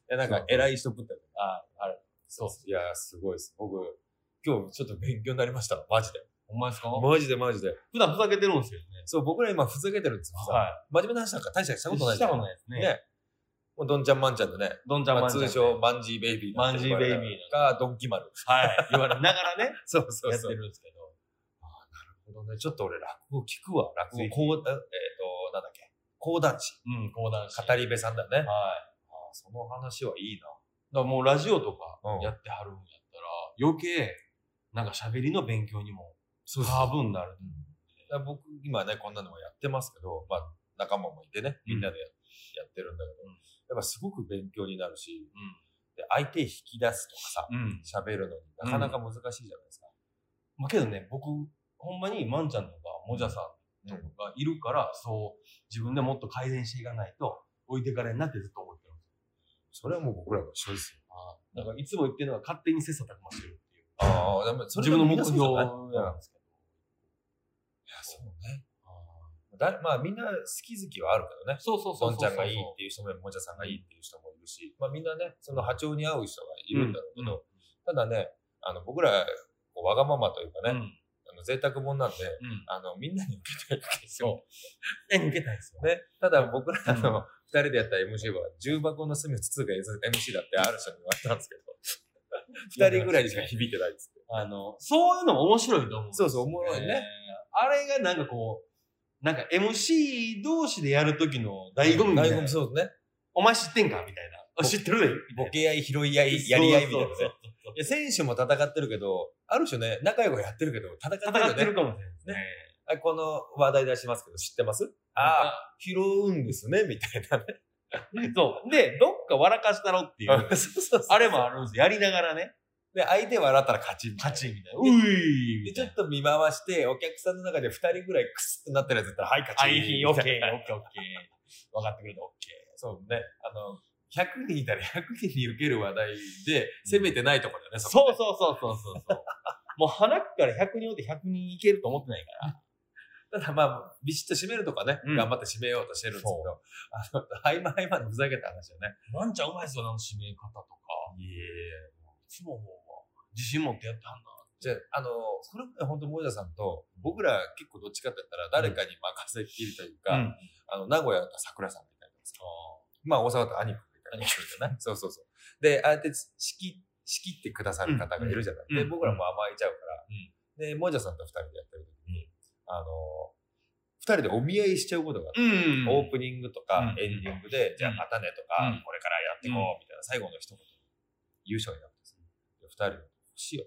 [SPEAKER 2] や、なんか偉い人ぶったよね。
[SPEAKER 3] あ、あれ。そう。
[SPEAKER 2] いや、すごいです。僕、今日ちょっと勉強になりました。マジで。
[SPEAKER 3] お前ですか
[SPEAKER 2] マジでマジで。
[SPEAKER 3] 普段ふざけてるんですよね。
[SPEAKER 2] そう、僕ら今ふざけてるんですよ。
[SPEAKER 3] は
[SPEAKER 2] 真面目な話なんか大したしたことない
[SPEAKER 3] し
[SPEAKER 2] じゃ
[SPEAKER 3] た
[SPEAKER 2] ん
[SPEAKER 3] ことないですね。
[SPEAKER 2] ね。もうどんちゃんまんちゃんでね。
[SPEAKER 3] どんちゃん
[SPEAKER 2] ま
[SPEAKER 3] ま
[SPEAKER 2] あ
[SPEAKER 3] んちゃん
[SPEAKER 2] 通
[SPEAKER 3] ね。
[SPEAKER 2] 称、マンジーベイビーなんて呼ばれた
[SPEAKER 3] マンジーベイビー
[SPEAKER 2] か、ドンキマル。
[SPEAKER 3] はい。言われながらね、
[SPEAKER 2] そうそ
[SPEAKER 3] やって
[SPEAKER 2] なる
[SPEAKER 3] るんですけど。
[SPEAKER 2] ほどね。ちょっと俺、落語聞くわ。落
[SPEAKER 3] ぜ
[SPEAKER 2] 語、
[SPEAKER 3] ひ
[SPEAKER 2] こう、えっ、と、なんだっけ。講談師。
[SPEAKER 3] うん、講談師。
[SPEAKER 2] 語り部さんだよね。
[SPEAKER 3] はい。
[SPEAKER 2] あその話はいいな。
[SPEAKER 3] だからもうラジオとか
[SPEAKER 2] うん
[SPEAKER 3] やってはるんやったら、余計、なんか喋りの勉強にも、
[SPEAKER 2] そうそう
[SPEAKER 3] 多分なる。
[SPEAKER 2] だから僕、今ね、こんなのもやってますけど、まあ、仲間もいてね、みんなでやってるんだけど、
[SPEAKER 3] うん
[SPEAKER 2] やっぱすごく勉強になるし、で相手引き出すとか
[SPEAKER 3] うん。うん。
[SPEAKER 2] さ、喋るのになかなか難しいじゃないですか。
[SPEAKER 3] まあけどね、僕、ほんまにまんちゃんとか、もじゃさん
[SPEAKER 2] うん
[SPEAKER 3] がいるから、そう、自分でもっと改善していかないと、置いてかれんなってずっと思ってるんです
[SPEAKER 2] それはもう僕らも一緒ですよ。
[SPEAKER 3] よ。だからいつも言ってるのは勝手に切磋琢磨してるっていう。
[SPEAKER 2] ああ、でもそれ
[SPEAKER 3] 自分の目標
[SPEAKER 2] でもみんなそうじゃない
[SPEAKER 3] なんですけど。
[SPEAKER 2] いや、そうね。だまあ、みんな好き好きはあるけどね。
[SPEAKER 3] そうそうそう
[SPEAKER 2] ど
[SPEAKER 3] そう。
[SPEAKER 2] んちゃんがいいっていう人も、もじゃさんがいいっていう人もいるし、まあみんなね、その波長に合う人がいるんだろうけど、ただね、あの、僕ら、こうわがままというかね、
[SPEAKER 3] うん。
[SPEAKER 2] あの贅沢もんなんで、
[SPEAKER 3] うん。
[SPEAKER 2] あの、みんなに受けたいわけですよ。
[SPEAKER 3] ね、抜けたいですよ。
[SPEAKER 2] ね。ただ僕らの二人でやった MC は、重箱の隅をつつが MC だってある人に言われたんですけ ど、二人ぐらいにしか響いてないっつって。
[SPEAKER 3] あの、そういうのも面白いと思う。
[SPEAKER 2] そうそう、おもろい
[SPEAKER 3] えー
[SPEAKER 2] ね。
[SPEAKER 3] あれがなんかこう、なんか MC 同士でやる時の醍醐味みたい
[SPEAKER 2] 醍醐
[SPEAKER 3] な
[SPEAKER 2] 味。そうね。
[SPEAKER 3] お前知ってんかみたいな。あ知ってるで。
[SPEAKER 2] ボケ合い、拾い合い、やり合いみたい
[SPEAKER 3] そうそうそ
[SPEAKER 2] なね
[SPEAKER 3] うそう
[SPEAKER 2] いや選手も戦ってるけど、ある種ね、仲良くやってるけど、戦ってる
[SPEAKER 3] 戦
[SPEAKER 2] よ
[SPEAKER 3] って
[SPEAKER 2] ね
[SPEAKER 3] る。かもしれないですね。
[SPEAKER 2] あこの話題出しますけど、知ってますああ、
[SPEAKER 3] あ
[SPEAKER 2] 拾うんですね、みたいなね。
[SPEAKER 3] そう。で、どっか笑かしたろっていう、
[SPEAKER 2] そうそうそう
[SPEAKER 3] あれもあるんですよ。やりながらね、
[SPEAKER 2] で、相手笑ったら勝ちみたいな。
[SPEAKER 3] 勝ちみたいな。うい
[SPEAKER 2] で、
[SPEAKER 3] み
[SPEAKER 2] ち
[SPEAKER 3] た
[SPEAKER 2] ょ
[SPEAKER 3] いな
[SPEAKER 2] っ。と見回して、お客さんの中で2人ぐらいクスってなってるやつだったら、はい、勝
[SPEAKER 3] あ、
[SPEAKER 2] ち。
[SPEAKER 3] いい日、オッケー、オッケー、オッケー。
[SPEAKER 2] 分かってくれた、オッケー。そうね。あの、100人いたら100人に受ける話題で、攻めてないところだよね、こ
[SPEAKER 3] そうそうそうそうそうそう。もう鼻から100人おって100人いけると思ってないから。
[SPEAKER 2] ただまあ、ビシッと締めるとかね、
[SPEAKER 3] うん
[SPEAKER 2] 頑張って締めようとしてるんですけど、あの、合間合間のふざけた話よね。
[SPEAKER 3] なんちゃんうまいっすよ、あの締め方とか。いえ、いつももう、自信持ってやってはんな。
[SPEAKER 2] じゃあ、あの、それもね、本当、森田さんと、僕ら結構どっちかって言ったら、誰かに任せっきりというか、
[SPEAKER 3] うん
[SPEAKER 2] あの、名古屋だったら桜さんみたいなさ、まあ、大阪だったら兄君みたいな人いるじゃない。そうそうそう。で、ああやって仕切仕切ってくださる方がいるじゃない。
[SPEAKER 3] うん
[SPEAKER 2] で、
[SPEAKER 3] うん
[SPEAKER 2] 僕らも甘えちゃうから、
[SPEAKER 3] うん
[SPEAKER 2] で、森田さんと二人でやってる時に、あの、二人でお見合いしちゃうことがあって
[SPEAKER 3] うん
[SPEAKER 2] オープニングとか
[SPEAKER 3] うん
[SPEAKER 2] エンディングで、じゃあまたねとか、
[SPEAKER 3] うん
[SPEAKER 2] これからやっていこうみたいな最後の一言、優勝になってさ、で二人、欲しいよ。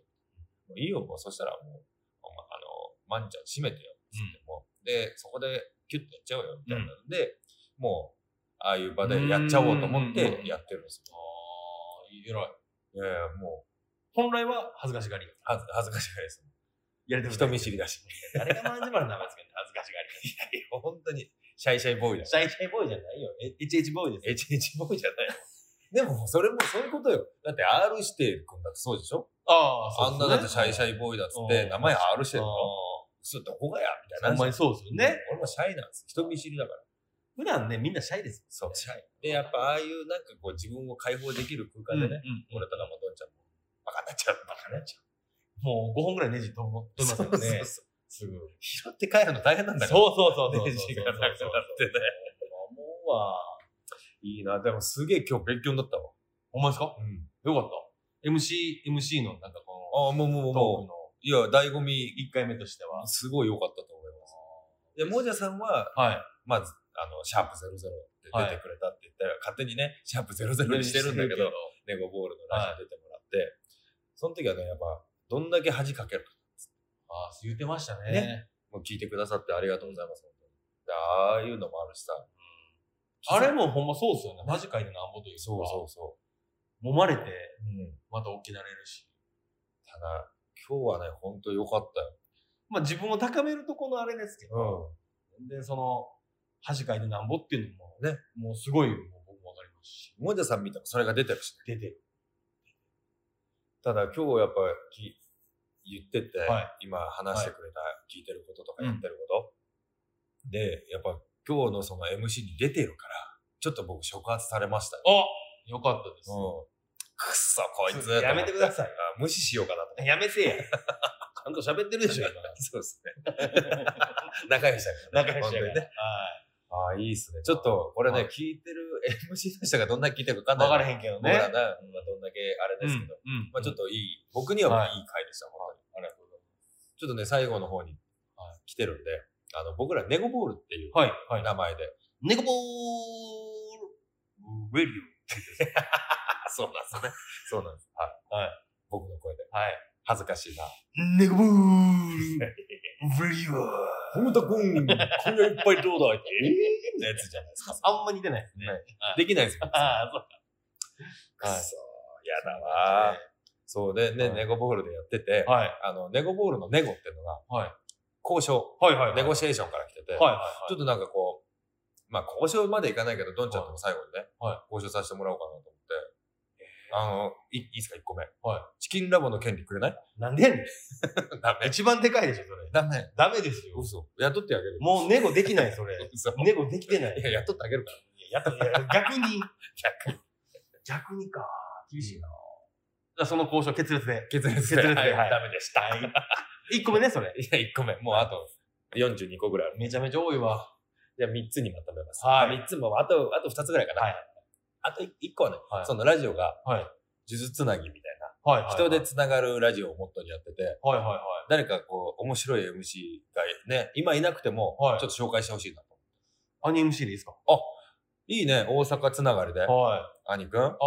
[SPEAKER 2] もういいよ、もうそしたらもう、お前あの、まんちゃん閉めてよってって、もうで、そこでキュッとやっちゃおうよみたいなので、もう、ああいう場でやっちゃおうと思ってやってるんですよ。
[SPEAKER 3] 偉い。
[SPEAKER 2] いやいや、もう、
[SPEAKER 3] 本来は恥ずかしがり。
[SPEAKER 2] はず恥ずかしいです。
[SPEAKER 3] やれて
[SPEAKER 2] 人見知りだし。
[SPEAKER 3] 誰がマンジマルの名前つけて恥ずかしがり。
[SPEAKER 2] 本当に、シャイシャイボーイだ し
[SPEAKER 3] シャイシャイボーイじゃないよ。え HH ボーイですよ。
[SPEAKER 2] HH ボーイじゃない でも、それもそういうことよ。だって、R 指定君だってそうでしょ
[SPEAKER 3] あ
[SPEAKER 2] あんなだってシャイシ
[SPEAKER 3] ャイ
[SPEAKER 2] ャイボーイだっつって、
[SPEAKER 3] うん
[SPEAKER 2] 名前 R してるの
[SPEAKER 3] あ
[SPEAKER 2] そう、どこがやみた
[SPEAKER 3] あ。ほ。
[SPEAKER 2] いなん
[SPEAKER 3] まにそうですよね。
[SPEAKER 2] 俺もシャイなんです。人見知りだから。
[SPEAKER 3] 普段ね、みんなシャイです。
[SPEAKER 2] そう、シャイ。で、やっぱああいうなんかこう自分を解放できる空間でね、俺とかもどんちゃんも、バカになっちゃう。バカになっちゃう。
[SPEAKER 3] もう5本ぐらいネジ飛ぶ飛びますよ
[SPEAKER 2] そうそう
[SPEAKER 3] ね。
[SPEAKER 2] そう
[SPEAKER 3] すぐ。
[SPEAKER 2] 拾って帰るの大変なんだから。
[SPEAKER 3] そうそうそうそう。
[SPEAKER 2] ネ ジがなくなってね。
[SPEAKER 3] 思うわ。
[SPEAKER 2] いいな。でもすげえ今日勉強になったわ。
[SPEAKER 3] ほんまですか
[SPEAKER 2] うん。
[SPEAKER 3] よかった。MC、MC のなんかこ
[SPEAKER 2] ああ、もうもうも
[SPEAKER 3] のトー
[SPEAKER 2] う
[SPEAKER 3] クの
[SPEAKER 2] もう。いや、醍醐味、
[SPEAKER 3] 1回目としては。
[SPEAKER 2] すごい良かったと思います。で、もじゃさんは、
[SPEAKER 3] はい。
[SPEAKER 2] まず、あの、シャープ00って出てくれたって言ったら、勝手にね、シャープ00にしてるんだけど、ネゴボールのラジオ出てもらって、その時はね、やっぱ、どんだけ恥かけるか。
[SPEAKER 3] ああ、言ってましたね。
[SPEAKER 2] ねもう聞いてくださってありがとうございます。本当にでああいうのもあるしさ。
[SPEAKER 3] あれもほんまそうですよね。マジかいでなんぼというか。
[SPEAKER 2] そうそうそ
[SPEAKER 3] 揉まれて、
[SPEAKER 2] う。うん。
[SPEAKER 3] また起きられるし。
[SPEAKER 2] ただ、今日はね、本当良かったよ。
[SPEAKER 3] まあ自分を高めるとこのあれですけど、
[SPEAKER 2] う
[SPEAKER 3] 全然その、恥かいでなんぼっていうのも、
[SPEAKER 2] ね
[SPEAKER 3] もうすごい、もう僕もわかりますし。
[SPEAKER 2] ん。もじゃさん見たらそれが出てるし、
[SPEAKER 3] 出てる。
[SPEAKER 2] ただ今日やっぱき言ってて、
[SPEAKER 3] はい
[SPEAKER 2] 今話してくれた、聞いてることとかやってること、でやっぱ今日のその MC に出てるからちょっと僕触発されましたよ、
[SPEAKER 3] あよかったです。
[SPEAKER 2] うん、くっそこいつ
[SPEAKER 3] やめてください
[SPEAKER 2] と思ってあ無視しようかなと思って
[SPEAKER 3] やめ てや。ちゃんと喋ってるで しょ、今。
[SPEAKER 2] そうですね 仲良しだから
[SPEAKER 3] 仲良しやから
[SPEAKER 2] 本当にね
[SPEAKER 3] は
[SPEAKER 2] ああいいですねちょっとこれね、
[SPEAKER 3] はい
[SPEAKER 2] 聞いてる MC の人がどんなに聞いてるか分かん
[SPEAKER 3] わか
[SPEAKER 2] ない
[SPEAKER 3] らへんけどね
[SPEAKER 2] 僕らな、まあ、どんだけあれ
[SPEAKER 3] い。
[SPEAKER 2] ですけど、
[SPEAKER 3] うん
[SPEAKER 2] まあ、ちょっといい、僕にはもういい回でした、本当に。ありがとうございます。ちょっとね、最後の方に来てるんで、あの、僕らネゴボールっていう
[SPEAKER 3] はい、はい。
[SPEAKER 2] 名前で。
[SPEAKER 3] ネコボールレディ
[SPEAKER 2] あ、 そうなんですね。そうなんです。はい。
[SPEAKER 3] はい。
[SPEAKER 2] 僕の声で。
[SPEAKER 3] オ。はい。
[SPEAKER 2] 恥ずかしいな。
[SPEAKER 4] ネコブーン !Very
[SPEAKER 2] ふむたくん、こんがい っぱいどうだいって、えー、のやつじゃないですか。
[SPEAKER 3] あんま似てないですね。
[SPEAKER 2] できないですよ。
[SPEAKER 3] ああ、そう
[SPEAKER 2] く
[SPEAKER 3] はい
[SPEAKER 2] そー、やだわー。そうで、ね、
[SPEAKER 3] はい
[SPEAKER 2] ネゴボールでやってて、
[SPEAKER 3] はい。
[SPEAKER 2] あの、ネゴボールのネゴっていうのが、
[SPEAKER 3] はい。
[SPEAKER 2] 交渉、
[SPEAKER 3] はいはいはい。
[SPEAKER 2] ネゴシエーションから来てて、
[SPEAKER 3] はいはい
[SPEAKER 2] ちょっとなんかこう、まあ、交渉までいかないけど、どんちゃんとも最後にね、
[SPEAKER 3] は
[SPEAKER 2] 交渉させてもらおうかなと思って、あの、いいいですか、1個目。
[SPEAKER 3] はい
[SPEAKER 2] チキンラボの権利くれない
[SPEAKER 3] なんでやねん。
[SPEAKER 2] ダメ。
[SPEAKER 3] 一番でかいでしょ、それ。
[SPEAKER 2] ダメ。
[SPEAKER 3] ダメですよ。
[SPEAKER 2] 嘘。雇ってあげる。
[SPEAKER 3] もうネゴできない、それ。
[SPEAKER 2] 嘘。
[SPEAKER 3] ネゴできてない。
[SPEAKER 2] いや、雇ってあげるか
[SPEAKER 3] いや、やっと、いや逆に。逆にか。厳しいな。じゃあその交渉決裂で。
[SPEAKER 2] ら。決裂
[SPEAKER 3] 決裂で
[SPEAKER 2] はい、
[SPEAKER 3] はい
[SPEAKER 2] ダメでした。い
[SPEAKER 3] 1個目ね、それ。
[SPEAKER 2] や、1個目。もうあと42個ぐらいある。
[SPEAKER 3] めちゃめちゃ多いわ。
[SPEAKER 2] じゃあ3つにまとめます。
[SPEAKER 3] はい
[SPEAKER 2] 3つも、あと、あと2つぐらいかな。
[SPEAKER 3] はい
[SPEAKER 2] あと1個はね、
[SPEAKER 3] はい
[SPEAKER 2] そのラジオが、
[SPEAKER 3] はい
[SPEAKER 2] 呪術つなぎみたい
[SPEAKER 3] はい
[SPEAKER 2] な、
[SPEAKER 3] はい。
[SPEAKER 2] 人で。つながるラジオをモットーにやってて、
[SPEAKER 3] はいはいはい。
[SPEAKER 2] 誰かこう、面白い MC がね、今いなくても
[SPEAKER 3] は、い
[SPEAKER 2] ちょっと紹介してほしいなと。
[SPEAKER 3] アニ MC でいいですか
[SPEAKER 2] いいね、大阪つながりで。
[SPEAKER 3] はい。
[SPEAKER 2] 兄くん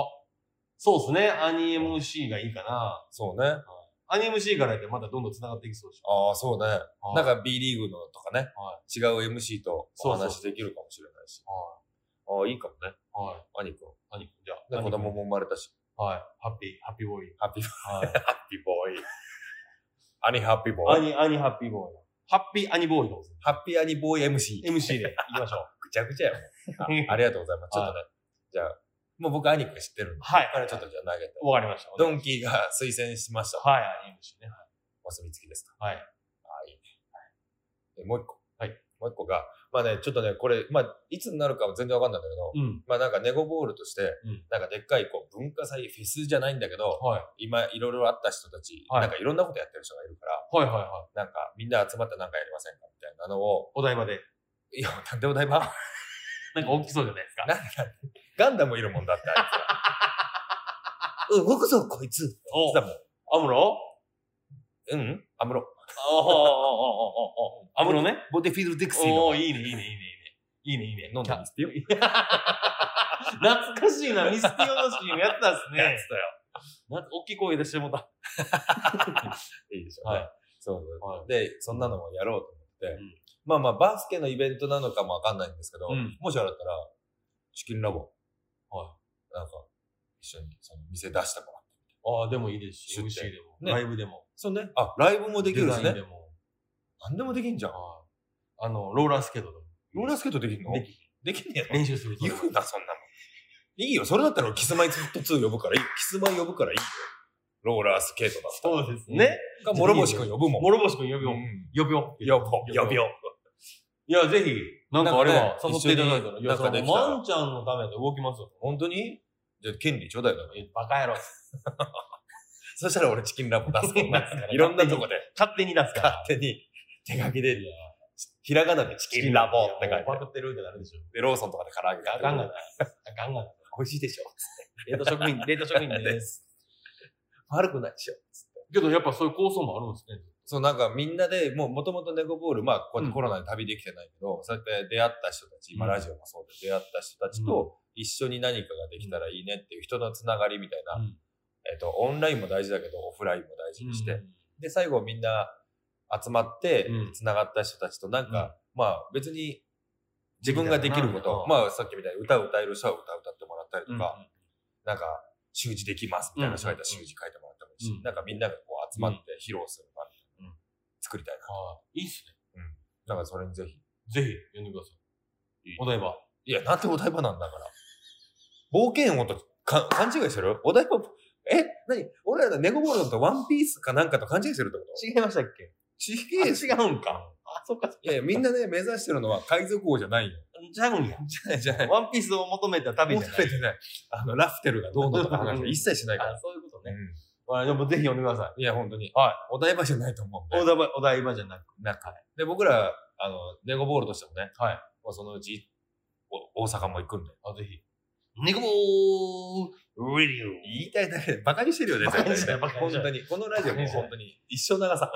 [SPEAKER 3] そうですね。アニ MC がいいかな。
[SPEAKER 2] そうね。
[SPEAKER 3] アニ MC からやってまたどんどん繋がっていきそうでしょ。
[SPEAKER 2] ああ、そうね。
[SPEAKER 3] はい
[SPEAKER 2] なん、か B リーグのとかね、
[SPEAKER 3] は
[SPEAKER 2] 違う MC とお
[SPEAKER 3] そう
[SPEAKER 2] 話
[SPEAKER 3] そ
[SPEAKER 2] できるかもしれないし。
[SPEAKER 3] は
[SPEAKER 2] ああ、いいかもね。
[SPEAKER 3] い。はい。
[SPEAKER 2] 兄くん。
[SPEAKER 3] 何じゃあ。
[SPEAKER 2] で、子供も生まれたし。
[SPEAKER 3] はい。ハッピー、ハッピーボーイ。
[SPEAKER 2] ハッピー、
[SPEAKER 3] はい。
[SPEAKER 2] ハッピーボーイ。兄ハッピーボ
[SPEAKER 3] ア
[SPEAKER 2] ーイ。
[SPEAKER 3] ニ、アニハッピーボーイ。ハッピーアニボーイでござい
[SPEAKER 2] ハッピーアニボーイ MC。
[SPEAKER 3] ます MC で行きましょう。
[SPEAKER 2] ぐちゃぐちゃやもん。 あありがとうございます。ちょっとね。じゃあ、もう僕兄くん知ってるんで。
[SPEAKER 3] はい
[SPEAKER 2] これちょっとじゃあ投げて。
[SPEAKER 3] わかりました。
[SPEAKER 2] ドンキーが推薦しました。
[SPEAKER 3] はい、アニ MC ね。
[SPEAKER 2] お墨付きですか。
[SPEAKER 3] はい
[SPEAKER 2] ああ、いいね。でもう一個。
[SPEAKER 3] はい。
[SPEAKER 2] もう一個が、まあね、ちょっとね、これ、まあ、いつになるかは全然わかんないんだけど、
[SPEAKER 3] うん。
[SPEAKER 2] まあなんかネゴボールとして、
[SPEAKER 3] ん
[SPEAKER 2] なんかでっかいこう文化祭フェスじゃないんだけど、
[SPEAKER 3] はい。
[SPEAKER 2] 今いろいろあった人たち、
[SPEAKER 3] はい
[SPEAKER 2] なんかいろんなことやってる人がいるから、
[SPEAKER 3] はいはいはい。
[SPEAKER 2] なんかみんな集まってなんかやりませんかみたいなのを、
[SPEAKER 3] お台場で。
[SPEAKER 2] いや、なんでお 台場なん
[SPEAKER 3] なんか大きそうじゃないですか。
[SPEAKER 2] でなんでガンダムいるもんだってあいつ ら。動くぞ、こいつ。
[SPEAKER 3] お
[SPEAKER 2] だもん。
[SPEAKER 3] アムロ
[SPEAKER 2] うんアムロ。
[SPEAKER 3] おおおおおアムロね。
[SPEAKER 2] ボディフィールデクシー
[SPEAKER 3] おお
[SPEAKER 2] の
[SPEAKER 3] いいね、いいね、いいね、いいね。いいね、いいね。
[SPEAKER 2] 飲んだんで すってよ。
[SPEAKER 3] 懐かしいな、ミスティオのシーンやってたんですね。
[SPEAKER 2] やつだよ。
[SPEAKER 3] なんか大 きい声出してもうた。
[SPEAKER 2] いいでしょうね。
[SPEAKER 3] はい。
[SPEAKER 2] そうそう
[SPEAKER 3] は
[SPEAKER 2] で、そんなのもやろうと思って、
[SPEAKER 3] うん
[SPEAKER 2] まあまあ、バスケのイベントなのかもわかんないんですけど、
[SPEAKER 3] うん
[SPEAKER 2] もしあれだったら、チキンラボ、
[SPEAKER 3] は
[SPEAKER 2] なんか、一緒にその店出してもらって。
[SPEAKER 3] ああ、でもいいですし、
[SPEAKER 2] 出店
[SPEAKER 3] MC でも、
[SPEAKER 2] ね
[SPEAKER 3] ライブでも、
[SPEAKER 2] そうね。あ、ライブもできるんです
[SPEAKER 3] デザインで
[SPEAKER 2] ね。
[SPEAKER 3] も、
[SPEAKER 2] 何でもできんじゃん。
[SPEAKER 3] はいあの、ローラースケートでも
[SPEAKER 2] ローラースケートできんの
[SPEAKER 3] で
[SPEAKER 2] きできんねやろ
[SPEAKER 3] 練習すると。
[SPEAKER 2] 言うな、そんなもん。いいよ、それだったらキスマイツット2呼ぶからいい。キスマイ呼ぶからいいよ。ローラースケートだったら。
[SPEAKER 3] そうですね。
[SPEAKER 2] か、諸星君呼ぶもん。
[SPEAKER 3] 諸星君呼び
[SPEAKER 2] う
[SPEAKER 3] よう。
[SPEAKER 2] ん
[SPEAKER 3] 呼びよう。
[SPEAKER 2] 呼ぼう、呼
[SPEAKER 3] 呼
[SPEAKER 2] び
[SPEAKER 3] び
[SPEAKER 2] よ
[SPEAKER 3] よ
[SPEAKER 2] う。
[SPEAKER 3] いや、ぜひ、なんかあれば、
[SPEAKER 2] なんかね
[SPEAKER 3] 誘っていただいたら、いや、
[SPEAKER 2] 一緒
[SPEAKER 3] そ
[SPEAKER 2] に
[SPEAKER 3] の、
[SPEAKER 2] なんかできたら
[SPEAKER 3] ワンちゃんのためで動きますよ。
[SPEAKER 2] 本当にじゃあ、権利ちょうだいだろ。
[SPEAKER 3] えバカ野郎。
[SPEAKER 2] そしたら俺チキンラボ出すもんな
[SPEAKER 3] 出すから
[SPEAKER 2] いろんなとこで
[SPEAKER 3] 勝手に出すから。
[SPEAKER 2] 勝手に手書きで、ひらがなでチキンラボって書いて
[SPEAKER 3] もう、パクってるってなるでしょ。
[SPEAKER 2] で、ローソンとかで唐揚げ
[SPEAKER 3] ガ
[SPEAKER 2] 買って
[SPEAKER 3] ンガン。ガンガン。
[SPEAKER 2] 美味しいでしょ。
[SPEAKER 3] 冷凍食品、冷凍食品
[SPEAKER 2] で
[SPEAKER 3] です。
[SPEAKER 2] す。悪くないでしょ。
[SPEAKER 3] けど、やっぱそういう構想もあるんですね。
[SPEAKER 2] そう、なんかみんなで、もうもともとネゴボール、まあ、こうやっ
[SPEAKER 3] う
[SPEAKER 2] て
[SPEAKER 3] ん
[SPEAKER 2] コロナで旅できてないけど、そうやって出会った人たち、今
[SPEAKER 3] うん
[SPEAKER 2] ラジオもそうで出会った人たちと、一緒に何かができたらいいねっていう人のつながりみたいな、
[SPEAKER 3] うん
[SPEAKER 2] えっと、オンラインも大事だけど、オフラインも大事にして、
[SPEAKER 3] うん
[SPEAKER 2] で、最後みんな集まって
[SPEAKER 3] う、ん
[SPEAKER 2] つながった人たちとなんか、まあ別に自分ができるこ
[SPEAKER 3] できたら
[SPEAKER 2] と
[SPEAKER 3] な、
[SPEAKER 2] まあさっきみたいに歌を歌える人は歌を歌ってもらったりとか、
[SPEAKER 3] うん
[SPEAKER 2] なんか、習字できますみたいな人がいた
[SPEAKER 3] う
[SPEAKER 2] ら
[SPEAKER 3] ん
[SPEAKER 2] 習字書いてもらってもいいし、
[SPEAKER 3] うん
[SPEAKER 2] なんかみんながこう集まって披露する場みたいな
[SPEAKER 3] うん
[SPEAKER 2] 作りたい
[SPEAKER 3] はいいいっす
[SPEAKER 2] な。なんかそれにぜひ。
[SPEAKER 3] ね。ぜひ、呼んでください。お台場。
[SPEAKER 2] いや、なんてお台場なんだから。冒険王とか勘違いしてるお台場、え何俺らネゴボールとワンピースかなんかと勘違いしてるってこと
[SPEAKER 3] 違いましたっけ
[SPEAKER 2] ちげえし
[SPEAKER 3] 違うんか。あ、そっか。
[SPEAKER 2] いやいや、みんなね、目指してるのは海賊王じゃないよ。
[SPEAKER 3] じゃうんや。
[SPEAKER 2] じゃないじゃない。
[SPEAKER 3] ワンピースを求めた旅じゃない。
[SPEAKER 2] ない。あの、ラフテルがどうのとか話は一切しないから。
[SPEAKER 3] あ、そういうことね。
[SPEAKER 2] う
[SPEAKER 3] まあでもぜひ呼んでくださ
[SPEAKER 2] んいや、本当に。
[SPEAKER 3] はい。
[SPEAKER 2] お台場じゃないと思うん
[SPEAKER 3] い。お
[SPEAKER 2] で。
[SPEAKER 3] 台場、お台場じゃなく。
[SPEAKER 2] なんか、で、僕ら、あの、ネゴボールとしてもね、
[SPEAKER 3] はい。
[SPEAKER 2] もうそのうち、お大阪も行くんで。
[SPEAKER 3] あ、ぜひ。ネコボーレディオ。
[SPEAKER 2] 言いたいだけで、バカにしてるよね、
[SPEAKER 3] バカにしてない
[SPEAKER 2] 絶対ね
[SPEAKER 3] バカにしてな
[SPEAKER 2] 本当
[SPEAKER 3] い
[SPEAKER 2] に。このラジ
[SPEAKER 3] バ
[SPEAKER 2] オ
[SPEAKER 3] カ
[SPEAKER 2] も
[SPEAKER 3] にしてない
[SPEAKER 2] 本当に一生流さ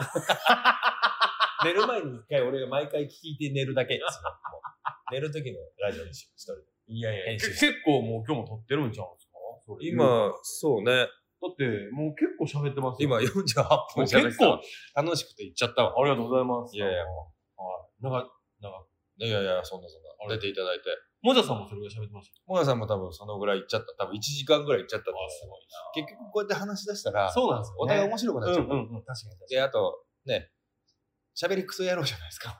[SPEAKER 2] ん。 寝る前に一回俺が毎回聞いて寝るだけ。もう寝る時のラジオにしよう、一人で。
[SPEAKER 3] いやいや、
[SPEAKER 2] 編集
[SPEAKER 3] け結構もう今日も撮ってるんちゃうんですかそれだっ、
[SPEAKER 2] そうね。
[SPEAKER 3] てもう結構喋ってますよ。
[SPEAKER 2] 今48
[SPEAKER 3] もう
[SPEAKER 2] 分じゃない
[SPEAKER 3] 結
[SPEAKER 2] ですか
[SPEAKER 3] 構。、
[SPEAKER 2] 楽しくて行っちゃったわ。
[SPEAKER 3] ありがとうございます。
[SPEAKER 2] いやいや、
[SPEAKER 3] もう。はい。なんか、なんか、
[SPEAKER 2] いやいや、そんなそんな。出ていただいて。
[SPEAKER 3] もじゃさんもそれぐらい喋ってました。
[SPEAKER 2] もやさんも多分そのぐらい行っちゃった。多分1時間ぐらい行っちゃったと思う。
[SPEAKER 3] ごい
[SPEAKER 2] 結局こうやって話し出したら、
[SPEAKER 3] そうなんですよ、ね。
[SPEAKER 2] お互い面白くなっちゃう。
[SPEAKER 3] うんうんうん、確かに確かに。
[SPEAKER 2] で、あと、ね、喋りクソ野郎じゃないですか。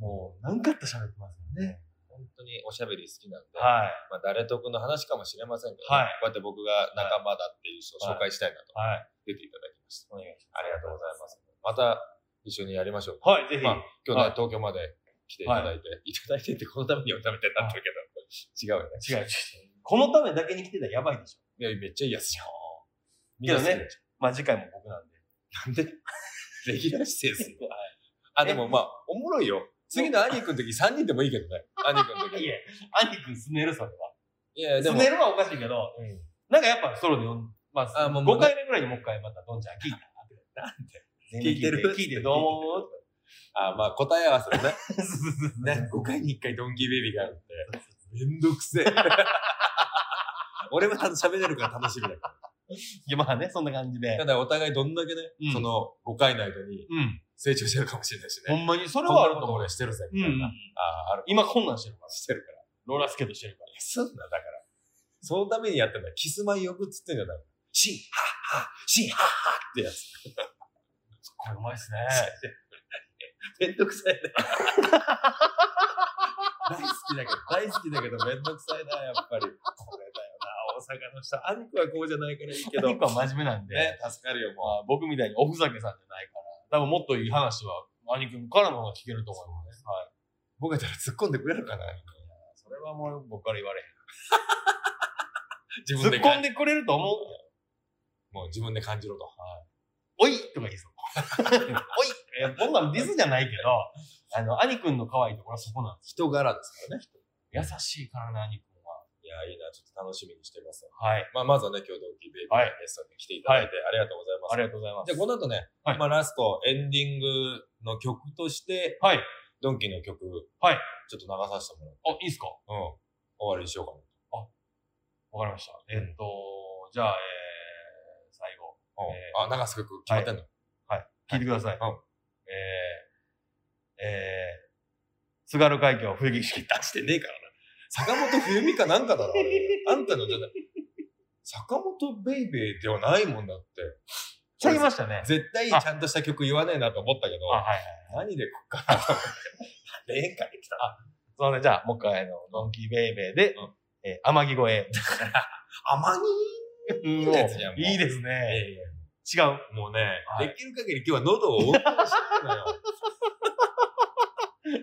[SPEAKER 3] もう、何かあったら喋ってますよね。
[SPEAKER 2] 本当におしゃべり好きなんで、
[SPEAKER 3] はい。
[SPEAKER 2] まあ、誰得の話かもしれませんけど
[SPEAKER 3] は
[SPEAKER 2] ね、
[SPEAKER 3] い
[SPEAKER 2] こうやって僕が仲間だっていう人を紹介したいなと
[SPEAKER 3] はい。
[SPEAKER 2] 出ていただきました。
[SPEAKER 3] お願いし
[SPEAKER 2] ありがとうございます。また一緒にやりましょう。
[SPEAKER 3] ます。はい、ぜひ。
[SPEAKER 2] まあ、今
[SPEAKER 3] はい
[SPEAKER 2] 日ね、東京まで来ていただいて、い、ただいてってこのためにおためてなってるけど、違うよね。
[SPEAKER 3] 違う違う違う。このためだけに来てたらやばいでしょ。
[SPEAKER 2] いや、めっちゃいいやつじゃん。
[SPEAKER 3] けどね
[SPEAKER 2] みんな好きなやつ
[SPEAKER 3] まあ次回も僕なんで。
[SPEAKER 2] なんでレギュラー指定する
[SPEAKER 3] はい
[SPEAKER 2] あ、でもまあ、おもろいよ。次の兄くんの時3人でもいいけど ね。兄くんの時。
[SPEAKER 3] いや
[SPEAKER 2] い、
[SPEAKER 3] 兄くんすねる、それは。
[SPEAKER 2] や、ですも、
[SPEAKER 3] ねるはおかしいけど、なんかやっぱソロで呼ん、まあ、
[SPEAKER 2] あもう
[SPEAKER 3] 5回目ぐらいにもう一回またどんちゃん聞いたなって。
[SPEAKER 2] 聞いてる
[SPEAKER 3] 聞いてどう思 う
[SPEAKER 2] あ、まあ、答え合わせだね。
[SPEAKER 3] そうそうそう
[SPEAKER 2] ね、5回に1回ドンキーベイビーがあるんで。めんどく せえ。俺は喋れるから楽しみだか
[SPEAKER 3] いや、まあね、そんな感じで
[SPEAKER 2] ら。。 ただお互いどんだけね、
[SPEAKER 3] うん
[SPEAKER 2] その5回の間に
[SPEAKER 3] うん。
[SPEAKER 2] 成長してるかもしれないし
[SPEAKER 3] ほ
[SPEAKER 2] ね。
[SPEAKER 3] んまに、それ
[SPEAKER 2] こんな
[SPEAKER 3] はあ
[SPEAKER 2] こ
[SPEAKER 3] ると
[SPEAKER 2] と
[SPEAKER 3] 思う。
[SPEAKER 2] 俺してるぜ、
[SPEAKER 3] う
[SPEAKER 2] みたいな。
[SPEAKER 3] ん。
[SPEAKER 2] ああ、ある。
[SPEAKER 3] 今こんなんしてるから。
[SPEAKER 2] してるから。
[SPEAKER 3] ローラースケートしてるから。
[SPEAKER 2] すんな、だから。そのためにやってんだ。キスマイ呼ぶっつってんじゃない。シン、ハッハッ、シン、ハッハッってやつ。
[SPEAKER 3] これうまいっすね。
[SPEAKER 2] めんどく さいね。大好きだけど、大好きだけどめんどくさいな、やっぱり。これだよな、大阪の人。アンクはこうじゃないからいい けど。
[SPEAKER 3] 結構真面目なんで、
[SPEAKER 2] ね、助かるよ、
[SPEAKER 3] ま
[SPEAKER 2] も
[SPEAKER 3] あ、僕みたいにおふざけさんじゃないから、多分もっといい話は、兄君からの方が聞けると思います。はい。
[SPEAKER 2] う。僕がたら突っ込んでくれるかな。
[SPEAKER 3] それはもう僕から言われへん。
[SPEAKER 2] 自
[SPEAKER 3] 突っ
[SPEAKER 2] 分で
[SPEAKER 3] 込ん
[SPEAKER 2] 感
[SPEAKER 3] でくれると思う。
[SPEAKER 2] もう自分で感じろと。
[SPEAKER 3] おいとか言いそう。 おいいや、こんなんディスじゃないけど、あの、兄君の可愛いところはそこなんです。
[SPEAKER 2] 人柄ですからね。
[SPEAKER 3] 優しいからな、兄君は。
[SPEAKER 2] いや、いいな、ちょっと楽しみにしてますよ。
[SPEAKER 3] はい。
[SPEAKER 2] まあ、まずはね、今日同期ベイビー
[SPEAKER 3] は
[SPEAKER 2] の
[SPEAKER 3] い
[SPEAKER 2] ゲストに来ていただいて、ありがとうございます
[SPEAKER 3] あ。りがとうございま
[SPEAKER 2] じゃあ、
[SPEAKER 3] す。
[SPEAKER 2] この後ね、
[SPEAKER 3] はい
[SPEAKER 2] まあ、ラスト、エンディングの曲として、
[SPEAKER 3] はい。
[SPEAKER 2] ドンキの曲、
[SPEAKER 3] はい
[SPEAKER 2] ちょっと流させてもら
[SPEAKER 3] あ、いいっすか
[SPEAKER 2] う。うん。終わりにしようかな。
[SPEAKER 3] わかりました。えっと、じゃあ、えー、最後、
[SPEAKER 2] うんあ、流す曲決まってんの、
[SPEAKER 3] 聞いてください。
[SPEAKER 2] うん
[SPEAKER 3] えー、えー、津軽海峡冬景色
[SPEAKER 2] 出してねえからな。坂本冬美かなんかだ ろ、あれあんたのじゃない。坂本ベイベーではないもんだって。
[SPEAKER 3] ちゃいましたね。
[SPEAKER 2] 絶対ちゃんとした曲言わねえなと思ったけど
[SPEAKER 3] あ、、はいはい。
[SPEAKER 2] 何でこっからと思って。霊界来た。
[SPEAKER 3] そうねじゃあ、もう一回、あの、ドンキーベイベーで、えー、天城越
[SPEAKER 2] あまに
[SPEAKER 3] え。い
[SPEAKER 2] いやつじゃんもう
[SPEAKER 3] いいですね。
[SPEAKER 2] え
[SPEAKER 3] 違う。
[SPEAKER 2] えもうね、
[SPEAKER 3] はい
[SPEAKER 2] できる限り今日は喉を温存したいのよ。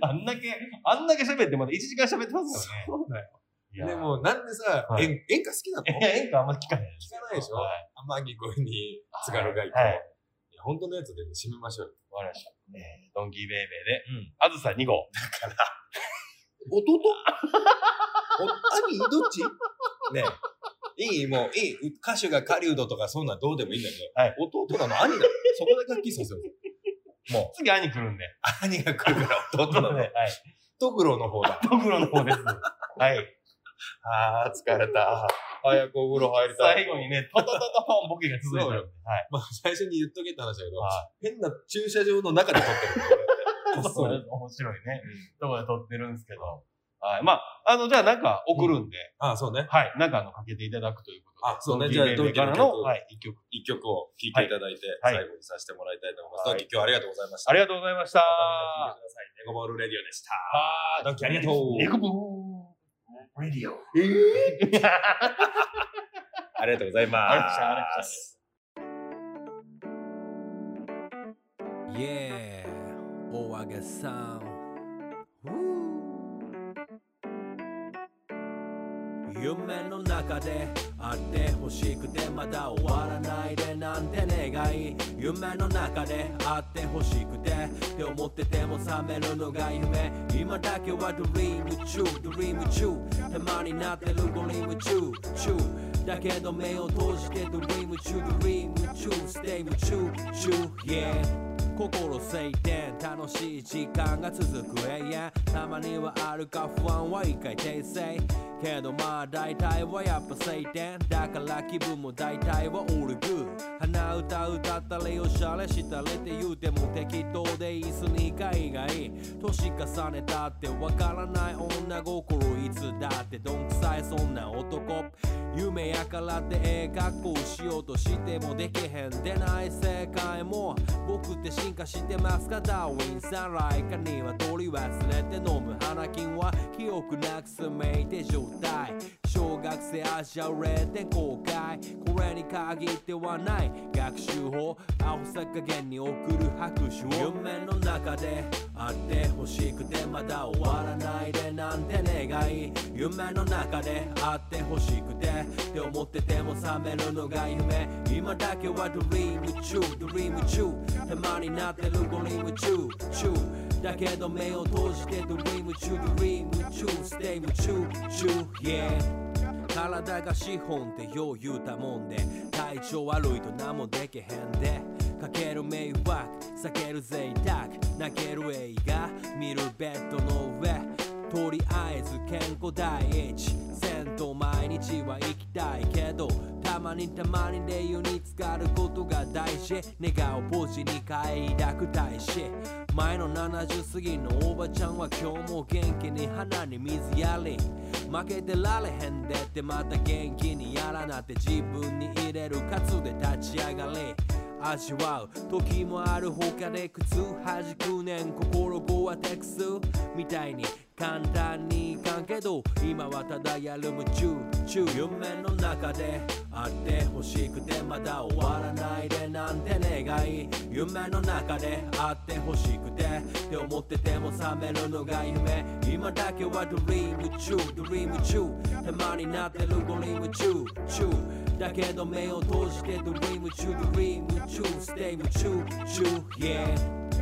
[SPEAKER 3] あんだけ、あんだけ喋って、まだ1時間喋ってますからね。
[SPEAKER 2] そうだよ。
[SPEAKER 3] いやー
[SPEAKER 2] で、も、なんでさ、
[SPEAKER 3] はい
[SPEAKER 2] 演演歌好きなの
[SPEAKER 3] いや、演歌あんま聞かない。
[SPEAKER 2] 聞かないでしょ
[SPEAKER 3] はい。
[SPEAKER 2] 天城越えに津軽外交。
[SPEAKER 3] はい
[SPEAKER 2] いや本当のやつで締めましょうよ。
[SPEAKER 3] わかりました。えー、ドンキーベイベーで、
[SPEAKER 2] うん。
[SPEAKER 3] あずさ2号。
[SPEAKER 2] 弟お兄どっちねえいい、もう、いい、歌手が狩人とかそんなんどうでもいいんだけど、
[SPEAKER 3] はい
[SPEAKER 2] 弟なの兄だよ。そこだけはっきりさせよう。も
[SPEAKER 3] 次、兄来るんで。
[SPEAKER 2] う、兄が来るから弟
[SPEAKER 3] な
[SPEAKER 2] な
[SPEAKER 3] ので、
[SPEAKER 2] の。
[SPEAKER 3] はい。
[SPEAKER 2] トグロの方だ。
[SPEAKER 3] ドクロの方 です。はい。
[SPEAKER 2] あー、疲れた。早くお風呂入りた
[SPEAKER 3] 最
[SPEAKER 2] い。
[SPEAKER 3] 後にね、トトトトポンボケが続いてるんで。はい。
[SPEAKER 2] まあ、最初に言っとけって話だけど、
[SPEAKER 3] は
[SPEAKER 2] 変な駐車場の中で撮ってるんだよ。こっそ
[SPEAKER 3] そう
[SPEAKER 2] り
[SPEAKER 3] です面白いね。とこで撮ってるんですけど。はい。まあ、あの、じゃあなんか送るんで、
[SPEAKER 2] あそうね。
[SPEAKER 3] はい。なんかあの、かけていただくということで。
[SPEAKER 2] あそうね
[SPEAKER 3] ドンキ
[SPEAKER 2] じゃあ
[SPEAKER 3] ベイベーから
[SPEAKER 2] ドンキの
[SPEAKER 3] の、
[SPEAKER 2] 曲
[SPEAKER 3] はい、一曲。
[SPEAKER 2] 一曲を聴いていただいて、
[SPEAKER 3] はい
[SPEAKER 2] 最後にさせてもらいたいと思います。
[SPEAKER 3] はい
[SPEAKER 2] ドンキ今日はありがとうございました。
[SPEAKER 3] ありがとうございました。
[SPEAKER 2] 聞いてください。ネゴボールレディオでした。
[SPEAKER 3] あ
[SPEAKER 2] ドンキありがとう。
[SPEAKER 3] エグボーレディオ。
[SPEAKER 2] ありがとうござい
[SPEAKER 3] ありがとうございましたありがとうございま。
[SPEAKER 2] ます
[SPEAKER 5] Yeah, o a g a s a n 夢の中であってほしくてまだ終わらないでなんて願い夢の中であってほしくてって思ってても覚めるのが夢今だけは Dream with you, Dream with you たまになってる Dream with you, you だけど目を閉じて Dream with you, Dream with you, Stay with you, you, yeah 心晴天楽しい時間が続く永遠たまにはあるか不安は一回訂正けどまあ大体はやっぱ晴天だから気分も大体はオールグー鼻歌歌ったりおしゃれしたりって言うても適当でいいスニーカー以外年重ねたってわからない女心いつだってどんくさいそんな男夢やからってええ格好しようとしてもできへんでない世界も僕って進化してますかダーウィンさん来かには鳥忘れて飲む花金は記憶なくすめいて状態小学生味われて後悔これに限ってはない学習法青さ加減に送る拍手を夢の中であってほしくてまだ終わらないでなんて願い夢の中であってほしくてって思ってても覚めるのが夢今だけは Dream with you Dream with you たまになってる Dream with you you だけど目を閉じて Dream with you Dream with you Stay with you you yeah 体が資本ってよう言うたもんで体調悪いと何もできへんでかける迷惑避ける贅沢泣ける映画見るベッドの上とりあえず健康第一銭湯毎日は行きたいけどたまにたまにで湯に浸かることが大事願うポジに変え抱くたいし前の70過ぎのおばちゃんは今日も元気に花に水やり負けてられへんでってまた元気にやらなって自分に入れるカツで立ち上がれ味わう時もある他で靴弾くねん心ゴアテックスみたいに簡単にいかんけど今はただやる夢中中夢の中であってほしくてまだ終わらないでなんて願い夢の中であってほしくてって思ってても覚めるのが夢今だけはドリーム中ドリーム中たまになってるゴリム中中だけど目を閉じてドリーム中ドリーム中 Stay 夢中中 Yeah